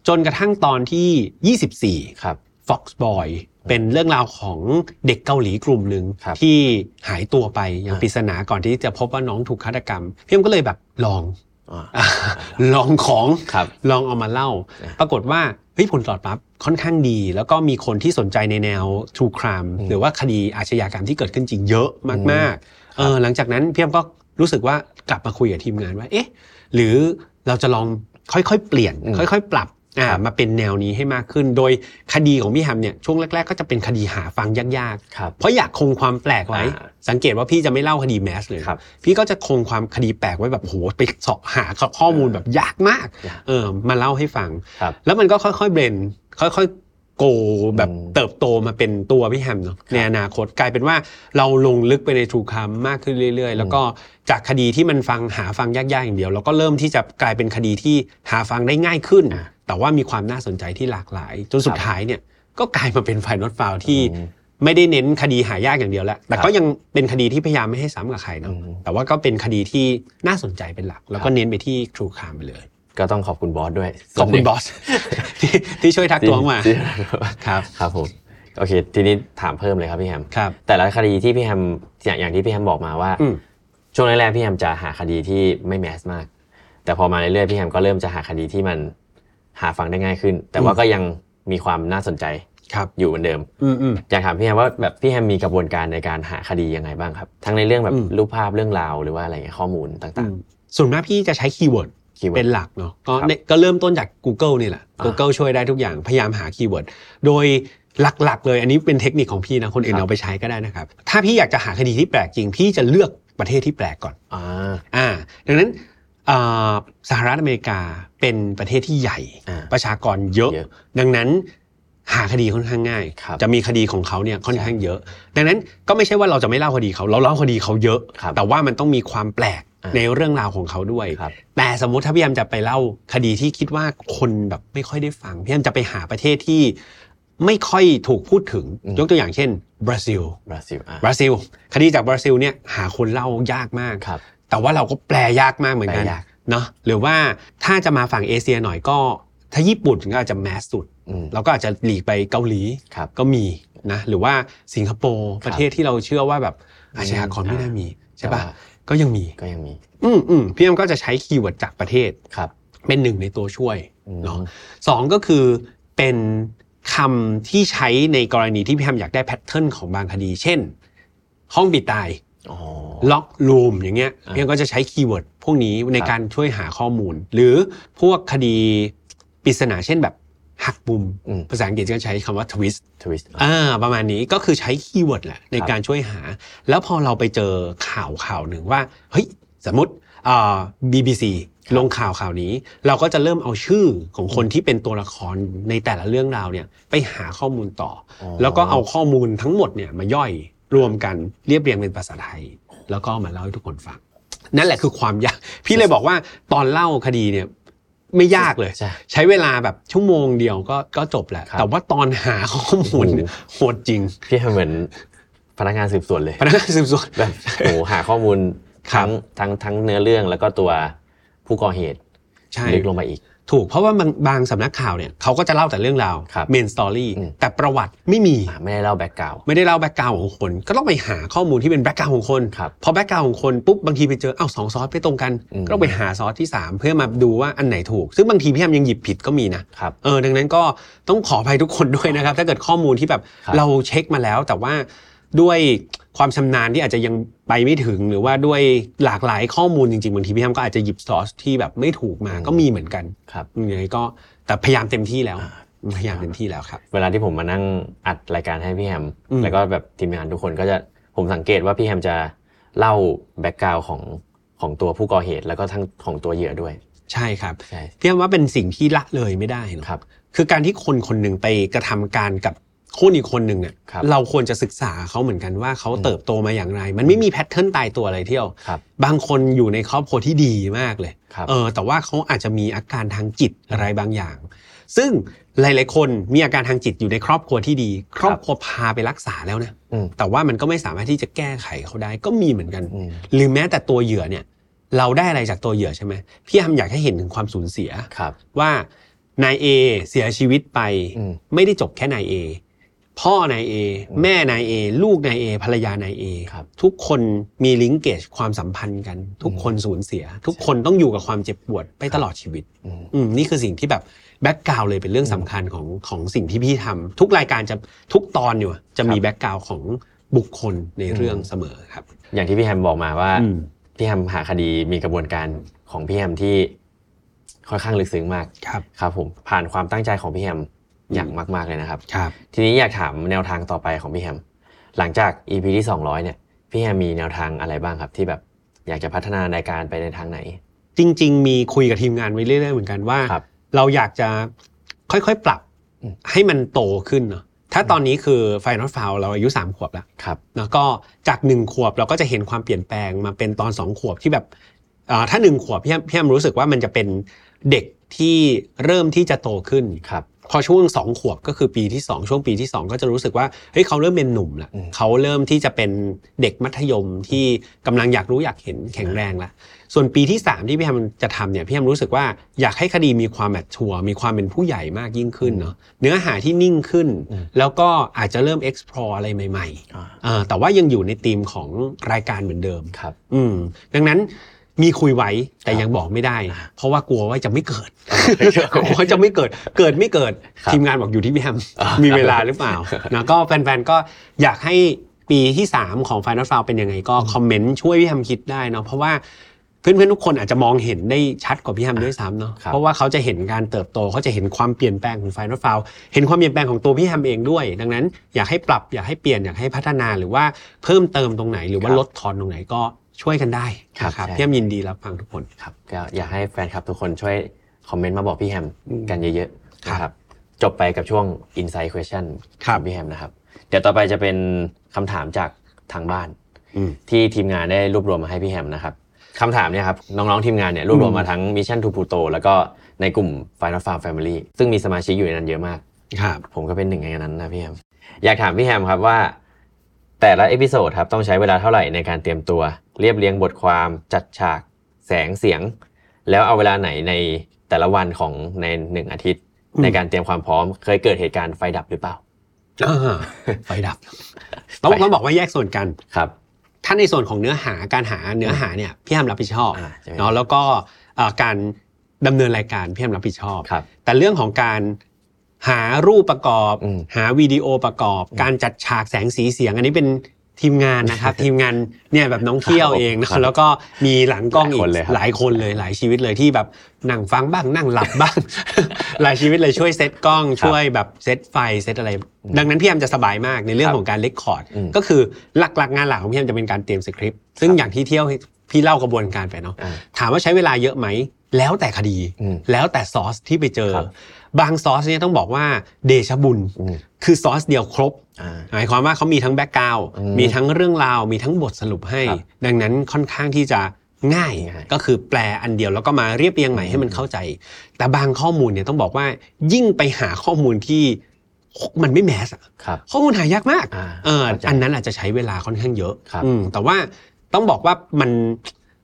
B: จนกระทั่งตอนที่ 24
A: ครับ
B: Fox Boy เป็นเรื่องราวของเด็กเกาหลีกลุ่มหนึ่ง
A: ครับ
B: ที่หายตัวไปอย่าง
A: อ่า
B: ปริศนาก่อนที่จะพบว่าน้องถูกฆาตกรรมพี่เอ็มก็เลยแบบลอง
A: อ๋อ
B: ลองของ
A: ครับ
B: ลองเอามาเล่า
A: อ่า
B: ปรากฏว่าเฮ้ยผลตอบรับค่อนข้างดี แล้วก็มีคนที่สนใจในแนว True Crime
A: อืม
B: หรือว่าคดีอาชญากรรมที่เกิดขึ้นจริงเยอะมากๆเออหลังจากนั้นพี่เอ็มก็รู้สึกว่ากลับมาคุยกับทีมงานว่าเอ๊ะหรือเราจะลองค่อยๆเปลี่ยน
A: อืม
B: ค่อยๆ ปรับอ่า
A: ครับ
B: มาเป็นแนวนี้ให้มากขึ้น โดยคดีของพี่แฮมเนี่ยช่วงแรก ๆ ก็จะเป็นคดีหาฟังยาก
A: ครับ
B: ๆ เพราะอยากคงความแปลกไว้
A: อ่า
B: สังเกตว่าพี่จะไม่เล่าคดีแมสเลย
A: ครับ
B: พี่ก็จะคงความคดีแปลกไว้แบบโหไปเสาะหาข้อมูลแบบยากมาก
A: ยาก
B: เออมาเล่าให้ฟัง
A: ครับ
B: แล้วมันก็ค่อยๆเบรนค่อยๆโกแบบ
A: อืม
B: เติบโตมาเป็นตัวพี่แฮมเนาะในอนาคตกลายเป็นว่าเราลงลึกไปในทูคามมากขึ้นเรื่อย
A: อื
B: ๆ
A: ม
B: แล้วก็จากคดีที่มันฟังหาฟังยากๆอย่างเดียวเราก็เริ่มที่จะกลายเป็นคดีที่หาฟังได้ง่ายขึ้น แต่ว่ามีความน่าสนใจที่หลากหลาย จนสุดท้ายเนี่ยก็กลายมาเป็นไฟนอตฟาวที่
A: อืม
B: ไม่ได้เน้นคดีหายากอย่างเดียวแล้ว แต่
A: ครับ
B: ก็ยังเป็นคดีที่พยายามไม่ให้ซ้ำกับใครเนาะ
A: อืม
B: แต่ว่าก็เป็นคดีที่น่าสนใจเป็นหลัก แล้วก็เน้นไปที่ทรูคามไปเลย
A: ก็ต้องขอบคุณบอสด้วย
B: ขอบคุณบอส ที่ที่ช่วยทัก
A: ที่
B: ตวงมา
A: ที่
B: ครับ
A: ครับผม โอเค ทีนี้ถามเพิ่มเลยครับพี่แฮม
B: ครับ
A: แต่ละคดีที่พี่แฮมอย่างอย่างที่พี่แฮมบอกมาว่า
B: อืม
A: ช่วงแรกๆพี่แฮมจะหาคดีที่ไม่แมสมาก แต่พอมาเรื่อยๆพี่แฮมก็เริ่มจะหาคดีที่มันหาฟังได้ง่ายขึ้น แต่ว่าก็ยังมีความน่าสนใจ
B: ครับ
A: อยู่เหมือนเดิม
B: อืมอืม
A: อยากถามพี่แฮมว่าแบบพี่แฮมมีกระบวนการในการหาคดียังไงบ้างครับ ทั้งในเรื่องแบบ
B: อืม
A: รูปภาพเรื่องราวหรือว่าอะไรเงี้ยข้อมูล
B: อื
A: ต่าง
B: มส่วนมากพี่จะใช้คีย์เวิร์ด
A: ๆคีย์เวิ
B: เป็
A: ร์
B: น
A: ด
B: หลักเนาะก็
A: ครับ
B: เนี่ยก็เริ่มต้นจาก Google นี่แหละ
A: อ่า
B: Google ช่วยได้ทุกอย่างพยายามหาคีย์เวิร์ดโดยหลักๆ เลยอันนี้เป็นเทคนิคของพี่นะคนอื่น
A: ครับ
B: เอาไปใช้ก็ได้นะครับ ถ้าพี่อยากจะหาคดีที่แปลกจริง พี่จะเลือกประเทศที่แปลกก่อน
A: อ่า
B: อ่าดังนั้นเอ่อสหรัฐอเมริกาเป็นประเทศที่ใหญ่
A: อ่า
B: ประชากรเยอะ
A: เยอะ
B: ดังนั้นหาคดีค่อนข้างง่าย
A: ครับ
B: จะมีคดีของเขาเนี่ยค่อนข้างเยอะ ดังนั้นก็ไม่ใช่ว่าเราจะไม่เล่าคดีเขาเราเล่าคดีเขาเยอะ
A: ครับ
B: แต่ว่ามันต้องมีความแปลก
A: อ่า
B: ในเรื่องราวของเขาด้วย
A: ครับ
B: แต่สมมุติถ้าพี่แอมจะไปเล่าคดีที่คิดว่าคนแบบไม่ค่อยได้ฟังพี่แอมจะไปหาประเทศที่ไม่ค่อยถูกพูดถึง
A: อืม
B: ยกตัวอย่างเช่นบราซิล
A: บราซิลอ่า
B: บราซิล คดีจากบราซิลเนี่ยหาคนเล่ายากมาก
A: ครับ
B: แต่ว่าเราก็แปลยากมากเหมือนกัน
A: แปลยาก
B: เนาะหรือว่าถ้าจะมาฝั่งเอเชียหน่อยก็ ถ้าญี่ปุ่นก็อาจจะแมสสุด
A: อืม
B: เราก็อาจจะหลีกไปเกาหลี
A: ครับ
B: ก็มีนะหรือว่าสิงคโปร์ประเทศที่เราเชื่อว่าแบบอาชญากรไม่น่ามีใช่ปะ
A: แต่ว่า
B: ก็ยังมี
A: ก็ยังมี
B: อืมอืมพี่แอมก็จะใช้คีย์เวิร์ดจากประเทศ
A: ครับ
B: เป็นหนึ่งในตัวช่วย
A: อืม
B: เนาะสองก็คือเป็นคำที่ใช้ในกรณีที่พี่แอมอยากได้แพทเทิร์นของบางคดี เช่น ห้องปิดตาย
A: อ๋อ
B: ล็อกรูมอย่างเงี้ย
A: อ่า
B: เพียงก็จะใช้คีย์เวิร์ดพวกนี้ใน
A: ครับ
B: การช่วยหาข้อมูล หรือพวกคดีปริศนาเช่นแบบหักมุม
A: อืม
B: ภาษาอังกฤษก็ใช้คำว่า twist
A: ทวิส
B: อ่าประมาณนี้ก็คือใช้คีย์เวิร์ดแหละในการช่วยหา แล้วพอเราไปเจอข่าวข่าวหนึ่งว่า เฮ้ย สมมติอ่า BBC
A: ครับ
B: ลงข่าวข่าวนี้ เราก็จะเริ่มเอาชื่อของคนที่เป็นตัวละครในแต่ละเรื่องราวเนี่ยไปหาข้อมูลต่ออ
A: อ
B: แล้วก็เอาข้อมูลทั้งหมดเนี่ยมาย่อยรวมกันเรียบเรียงเป็นภาษาไทย แล้วก็มาเล่าให้ทุกคนฟัง นั่นแหละคือความยาก พี่เลยบอกว่าตอนเล่าคดีเนี่ยไม่ยากเลย
A: ใช่
B: ใช้เวลาแบบชั่วโมงเดียวก็ก็จบแหละ
A: ครับ
B: แต่ว่าตอนหาข้อมูล
A: โอ้โห
B: เนี่ยโหดจริง
A: พี่แฮมเหมือนพนักงานสืบสวนเลย
B: พนักงานสืบสวน
A: แบบโอ้โหหาข้อมูล
B: ครั
A: ทั้
B: บ
A: งทั้งทั้งเนื้อเรื่องแล้วก็ตัวผู้ก่อเหตุ
B: ใช่
A: ลึกลงไปอีก
B: ถูกเพราะว่าบางบางสำนักข่าวเนี่ยเขาก็จะเล่าแต่เรื่องราว
A: ครับ
B: เมนสตอรี่
A: อืม
B: แต่ประวัติไม่มี
A: อ่าไม่ได้เล่าแบ็กกราวด์
B: ไม่ได้เล่าแบ็กกราวของคน ก็ต้องไปหาข้อมูลที่เป็นแบ็กกราวของคน
A: ครับ
B: พอแบ็กกราวของคนปุ๊บบางทีไปเจอเอ้าสองซอสไม่ตรงกัน
A: อืม
B: ก็ต้องไปหาซอสที่ 3 เพื่อมาดูว่าอันไหนถูก ซึ่งบางทีพี่แอมยังหยิบผิดก็มีนะ
A: ครับ
B: เออดังนั้นก็ต้องขออภัยทุกคนด้วยนะครับ ถ้าเกิดข้อมูลที่แบบ
A: ครับ
B: เราเช็คมาแล้ว แต่ว่าด้วยความชำนาญที่อาจจะยังไปไม่ถึง หรือว่าด้วยหลากหลายข้อมูลจริงๆบางทีพี่แฮมก็อาจจะหยิบซอสที่แบบไม่ถูกมา
A: อืม
B: ก็มีเหมือนกัน
A: ครับ
B: ยังไงก็แต่พยายามเต็มที่แล้ว
A: อ่า
B: พยายามเต็มที่แล้วครับ
A: เวลาที่ผมมานั่งอัดรายการให้พี่แฮม
B: อืม
A: แล้วก็แบบทีมงานทุกคนก็จะโห ผมสังเกตว่าพี่แฮมจะเล่าแบ็กกราวของของตัวผู้ก่อเหตุแล้วก็ทั้งของตัวเหยื่อด้วย
B: ใช่ครับ
A: ใช่
B: เรียกว่าเป็นสิ่งที่ละเลยไม่ได้เนอะ
A: ครับ
B: คือการที่คนคนหนึ่งไปกระทำการกับคนอีกคนหนึ่งเนี่ย
A: ครับ
B: เราควรจะศึกษาเขาเหมือนกันว่าเขา
A: อืม
B: เติบโตมาอย่างไร มันไม่มีแพทเทิร์นตายตัวอะไรเที่ยว
A: ครับ
B: บางคนอยู่ในครอบครัวที่ดีมากเลย
A: ครับ
B: เออแต่ว่าเขาอาจจะมีอาการทางจิตอะไรบางอย่าง ซึ่งหลาย ๆ คนมีอาการทางจิตอยู่ในครอบครัวที่ดี ครอบครัวพาไปรักษาแล้วนะ
A: อืม
B: แต่ว่ามันก็ไม่สามารถที่จะแก้ไขเขาได้ก็มีเหมือนกัน
A: อืม
B: หรือแม้แต่ตัวเหยื่อเนี่ย เราได้อะไรจากตัวเหยื่อใช่ไหมพี่ทำอยากให้เห็นถึงความสูญเสีย
A: ครับ
B: ว่านายเอเสียชีวิตไป
A: อืม
B: ไม่ได้จบแค่นายเอพ่อนายเอ
A: อืม
B: แม่นายเอลูกนายเอภรรยานายเอ
A: ครับ
B: ทุกคนมีลิงเกจความสัมพันธ์กัน ทุกคนสูญเสีย ทุกคนต้องอยู่กับความเจ็บปวดไป
A: ครับ
B: ตลอดชีวิต
A: อืม
B: อืมนี่คือสิ่งที่แบบแบ็กกราวเลยเป็นเรื่องสำคัญของของสิ่งที่พี่ทำทุกรายการจะทุกตอนอยู่อะจะมี
A: ครับ
B: แบ็กกราวของบุคคลในเรื่อง
A: อืม
B: เสมอครับ
A: อย่างที่พี่แฮมบอกมาว่า
B: อืม
A: พี่แฮมหาคดีมีกระบวนการของพี่แฮมที่ค่อนข้างลึกซึ้งมาก
B: ครับ
A: ครับผมผ่านความตั้งใจของพี่แฮมอย่างมาก ๆ เลยนะครับ
B: ครับ
A: ทีนี้อยากถามแนวทางต่อไปของพี่แฮมหลังจาก EP ที่ 200 เนี่ย พี่แฮมมีแนวทางอะไรบ้างครับ ที่แบบอยากจะพัฒนารายการไปในทางไหน
B: จริง ๆ มีคุยกับทีมงานไว้เรื่อยๆเหมือนกันว่า
A: ครับ
B: เราอยากจะค่อยๆปรับ
A: อืม
B: ให้มันโตขึ้นเนาะถ้าตอนนี้คือไฟนอตฟาวเราอายุ 3 ขวบแล้ว
A: ครับ
B: แล้วก็จาก 1 ขวบเราก็จะเห็นความเปลี่ยนแปลงมาเป็นตอน 2 ขวบที่แบบเอ่อถ้า 1 ขวบพี่แอมพี่แอมรู้สึกว่ามันจะเป็นเด็กที่เริ่มที่จะโตขึ้น
A: ครับ
B: พอช่วงสองขวบก็คือปีที่สองช่วงปีที่สองก็จะรู้สึกว่าเฮ้ยเขาเริ่มเป็นหนุ่มละ
A: อืม
B: เขาเริ่มที่จะเป็นเด็กมัธยมที่กำลังอยากรู้อยากเห็นแข็งแรงละส่วนปีที่สามที่พี่แฮมจะทำเนี่ยพี่แฮมรู้สึกว่าอยากให้คดีมีความแมทชัวร์มีความเป็นผู้ใหญ่มากยิ่งขึ้นเนาะเนื้อหาที่นิ่งขึ้น
A: อืม
B: แล้วก็อาจจะเริ่ม explore อะไรใหม่
A: อ่า
B: ๆเอ่อแต่ว่ายังอยู่ในธีมของรายการเหมือนเดิม
A: ครับ
B: อืมดังนั้นมีคุยไว้แต่
A: ครับ
B: ยังบอกไม่ได้
A: อ่า
B: เพราะว่ากลัวว่าจะไม่เกิด
A: อ่าก
B: ลัวว่าจะไม่เกิด เกิดไม่เกิด
A: ครับ
B: ทีมงานบอกอยู่ที่พี่แฮม
A: อ่ามี
B: มีเวลาหรือเปล่านะก็แฟนๆก็อยากให้ปีที่ 3 ของ Final f o u l เป็นยังไงก็คอมเมนต์ช่วยพี่แฮมคิดได้เนาะเพราะว่าเพื่อนๆทุกคนอาจจะมองเห็นได้ชัดกว่าพี่แฮมด้วยซ้ำเนาะ
A: ครับ
B: เพราะว่าเขาจะเห็นการเติบโตเขาจะเห็นความเปลี่ยนแปลงของ Final f o u l เห็นความเปลี่ยนแปลงของตัวพี่แฮมเองด้วย ดังนั้นอยากให้ปรับอยากให้เปลี่ยนอยากให้พัฒนาหรือว่าเพิ่มเติมตรงไหนหรือว่า
A: ครับ
B: ลดทอนตรงไหนก็ช่วยกันได้
A: ครับ
B: นะครับ
A: ใช่
B: พี่แฮมยินดีรับฟังทุกคน
A: ครับก็อยากให้แฟนคลับทุกคนช่วยคอมเมนต์มาบอกพี่แฮม
B: อืม
A: กันเยอะๆ
B: ครับ
A: นะครับ จบไปกับช่วง Inside Question
B: ครับ
A: ของพี่แฮมนะครับ เดี๋ยวต่อไปจะเป็นคำถามจากทางบ้าน
B: อืม
A: ที่ทีมงานได้รวบรวมมาให้พี่แฮมนะครับคำถามเนี่ยครับน้องๆทีมงานเนี่ยรวบรวมมาทั้งมิชชั่นทูพูโตแล้วก็ในกลุ่ม Final Farm Family ซึ่งมีสมาชิกอยู่ในนั้นเยอะมาก
B: ครับ
A: ผมก็เป็นหนึ่งในนั้นนะพี่แฮมอยากถามพี่แฮมครับว่า แต่ละเอพิโซดครับต้องใช้เวลาเท่าไหร่ในการเตรียมตัว เรียบเรียงบทความจัดฉาก แสงเสียง แล้วเอาเวลาไหนในแต่ละวันของในหนึ่งอาทิตย์
B: อืม
A: ในการเตรียมความพร้อม เคยเกิดเหตุการณ์ไฟดับหรือเปล่า
B: อ่าไฟดับต้องต้องบอกว่าแยกส่วนกัน
A: ครับ
B: ถ้าในส่วนของเนื้อหาการหาเนื้อหาเนี่ยพี่แฮมรับผิดชอบ
A: อ่าใช่ไหม
B: เนาะแล้วก็เอ่อการดำเนินรายการพี่แฮมรับผิดชอบ
A: ครับ
B: แต่เรื่องของการหารูปประกอบ
A: อืม
B: หาวิดีโอประกอบ การจัดฉากแสงสีเสียง อันนี้เป็นทีมงาน นะครับ ทีมงานเนี่ยแบบน้องเที่ยวเองนะ
A: ครั
B: คะ
A: บ
B: แล้วก็มีหลังกล้องอี
A: ห
B: ก
A: ลายคนเลยครับ
B: หลายคนเลยหลายชีวิตเลยที่แบบนั่งฟังบ้างนั่งหลับบ้าง หลายชีวิตเลยช่วยเซตกล้อง
A: ครับ
B: ช่วยแบบเซตไฟเซตอะไร
A: อืม
B: ดังนั้นพี่แอมจะสบายมากในเรื่อ
A: ค
B: ง
A: รับ
B: ของการเลคคอร์ด
A: อืม
B: ก็คือหลักๆงานหลักของพี่แอมจะเป็นการเตรียมสคริปต์ซึ่ง
A: ครับ
B: อย่างที่เที่ยวให้พี่เล่ากระบวนการไปเนาะ
A: อ่า
B: ถามว่าใช้เวลาเยอะไหมแล้วแต่คดี
A: อืม
B: แล้วแต่ซอสที่ไปเจอ
A: ครับ
B: บางซอสเนี่ยต้องบอกว่าเดชะบุญ
A: อืม
B: คือซอสเดียวครบ
A: อ่า
B: หมายความว่าเขามีทั้งแบ็กกราวด์
A: อืม
B: มีทั้งเรื่องราว มีทั้งบทสรุปให้
A: ครับ
B: ดังนั้นค่อนข้างที่จะง่าย
A: ง่าย
B: ก็คือแปลอันเดียวแล้วก็มาเรียบเรียงใหม่
A: อืม
B: ให้มันเข้าใจ แต่บางข้อมูลเนี่ยต้องบอกว่ายิ่งไปหาข้อมูลที่มันไม่แมสอะ
A: ครับ
B: ข้อมูลหายากมาก
A: อ่า
B: เออ
A: เข้าใจ
B: อันนั้นอาจจะใช้เวลาค่อนข้างเยอะ
A: ครับ
B: อืมแต่ว่าต้องบอกว่ามัน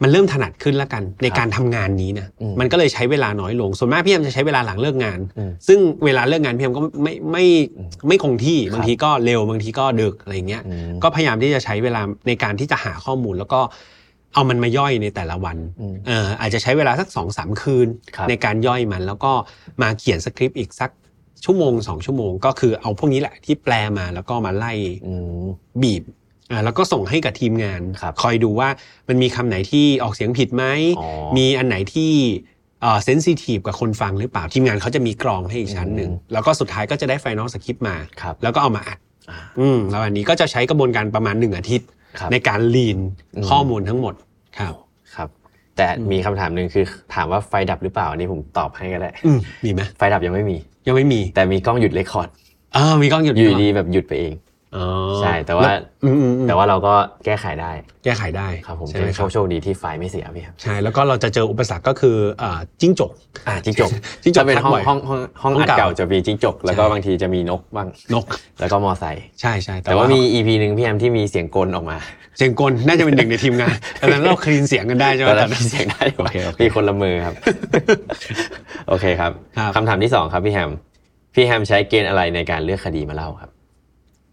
B: มันเริ่มถนัดขึ้นแล้วกัน ในการทำงานนี้นะ
A: อืม
B: มันก็เลยใช้เวลาน้อยลงส่วนมากพี่แอมจะใช้เวลาหลังเลิกงาน
A: อืม
B: ซึ่งเวลาเลิกงานพี่แอมก็ไม่ไม่
A: อืม
B: ไม่คงที่
A: ครับ
B: บางทีก็เร็วบางทีก็ดึกอะไรเงี้ย
A: อืม
B: ก็พยายามที่จะใช้เวลาในการที่จะหาข้อมูล แล้วก็เอามันมาย่อยในแต่ละวัน
A: อืม
B: เอ่ออาจจะใช้เวลาสักสองสามคืน
A: ครับ
B: ในการย่อยมัน แล้วก็มาเขียนสคริปต์อีกสักชั่วโมงสองชั่วโมง ก็คือเอาพวกนี้แหละที่แปลมาแล้วก็มาไล่
A: อืม
B: บีบอ่าแล้วก็ส่งให้กับทีมงาน
A: ครับ
B: คอยดูว่ามันมีคำไหนที่ออกเสียงผิดไหม
A: อ๋อ
B: มีอันไหนที่เซนซิทีฟกับคนฟังหรือเปล่า ทีมงานเขาจะมีกรองให้อีกชั้นหนึ่ง
A: อืม
B: แล้วก็สุดท้ายก็จะได้ไฟนอลสคริปต์มา
A: ครับ
B: แล้วก็เอามาอัด
A: อ่า
B: อืมแล้วอันนี้ก็จะใช้กระบวนการประมาณ 1 อาทิตย์
A: ครับ
B: ในการลีน
A: อืม
B: ข้อมูลทั้งหมดครับ
A: ครับ แต่
B: อืม
A: มีคำถามหนึ่งคือถามว่าไฟดับหรือเปล่าอันนี้ผมตอบให้ก็ ได้
B: อืมมีไหม
A: ไฟดับยังไม่มี
B: ยังไม่มี
A: แต่มีกล้องหยุดเรคคอ ร์ด
B: อ่ามีกล้องหยุด
A: อยู่ดีๆแบบหยุดไปเอง
B: อ๋อ
A: ใช่แต่ว่า
B: อืมอืมอืม
A: แต่ว่าเราก็แก้ไขได้
B: แก้ไขได้
A: ครับผม
B: ใช่
A: เป็
B: ไหม
A: น
B: ครั
A: โช
B: บ
A: คโชคดีที่ไฟไม่เสียพี่ครับ
B: ใช่แล้วก็เราจะเจออุปสรรคก็คืออ่าจิ้งจก
A: อ่ะจิ้งจก
B: จิ้งจก
A: ถ้าเป็นห้อง
B: ทักบ่อย
A: ห้องห้องห้อง
B: ห้อง
A: อัด
B: เก่า
A: เก่าจะมีจิ้งจก แล้วก็
B: ใช่
A: บางทีจะมีนกบ้าง
B: นก
A: แล้วก็มอไซค์
B: ใช่ใช่
A: แต่ว่ามี EP หนึ่งพี่แอมที่มีเสียงกลออกมา
B: เสียงกลน่าจะเป็นหนึ่งในทีม งานตอนนั้นเราคลีนเสียงกันได้ใช่ไหม
A: ตอนนั้
B: ตอน นนั้
A: มี
B: น
A: เสียงได้อยู่
B: โอเคโอเค
A: มีคนละมือ ครับ โอเคครับ
B: ครับ
A: คำถามที่สองครับพี่แฮมพี่แฮมใช้เกณฑ์อะไรในการเลือกคดีมาเล่าครับ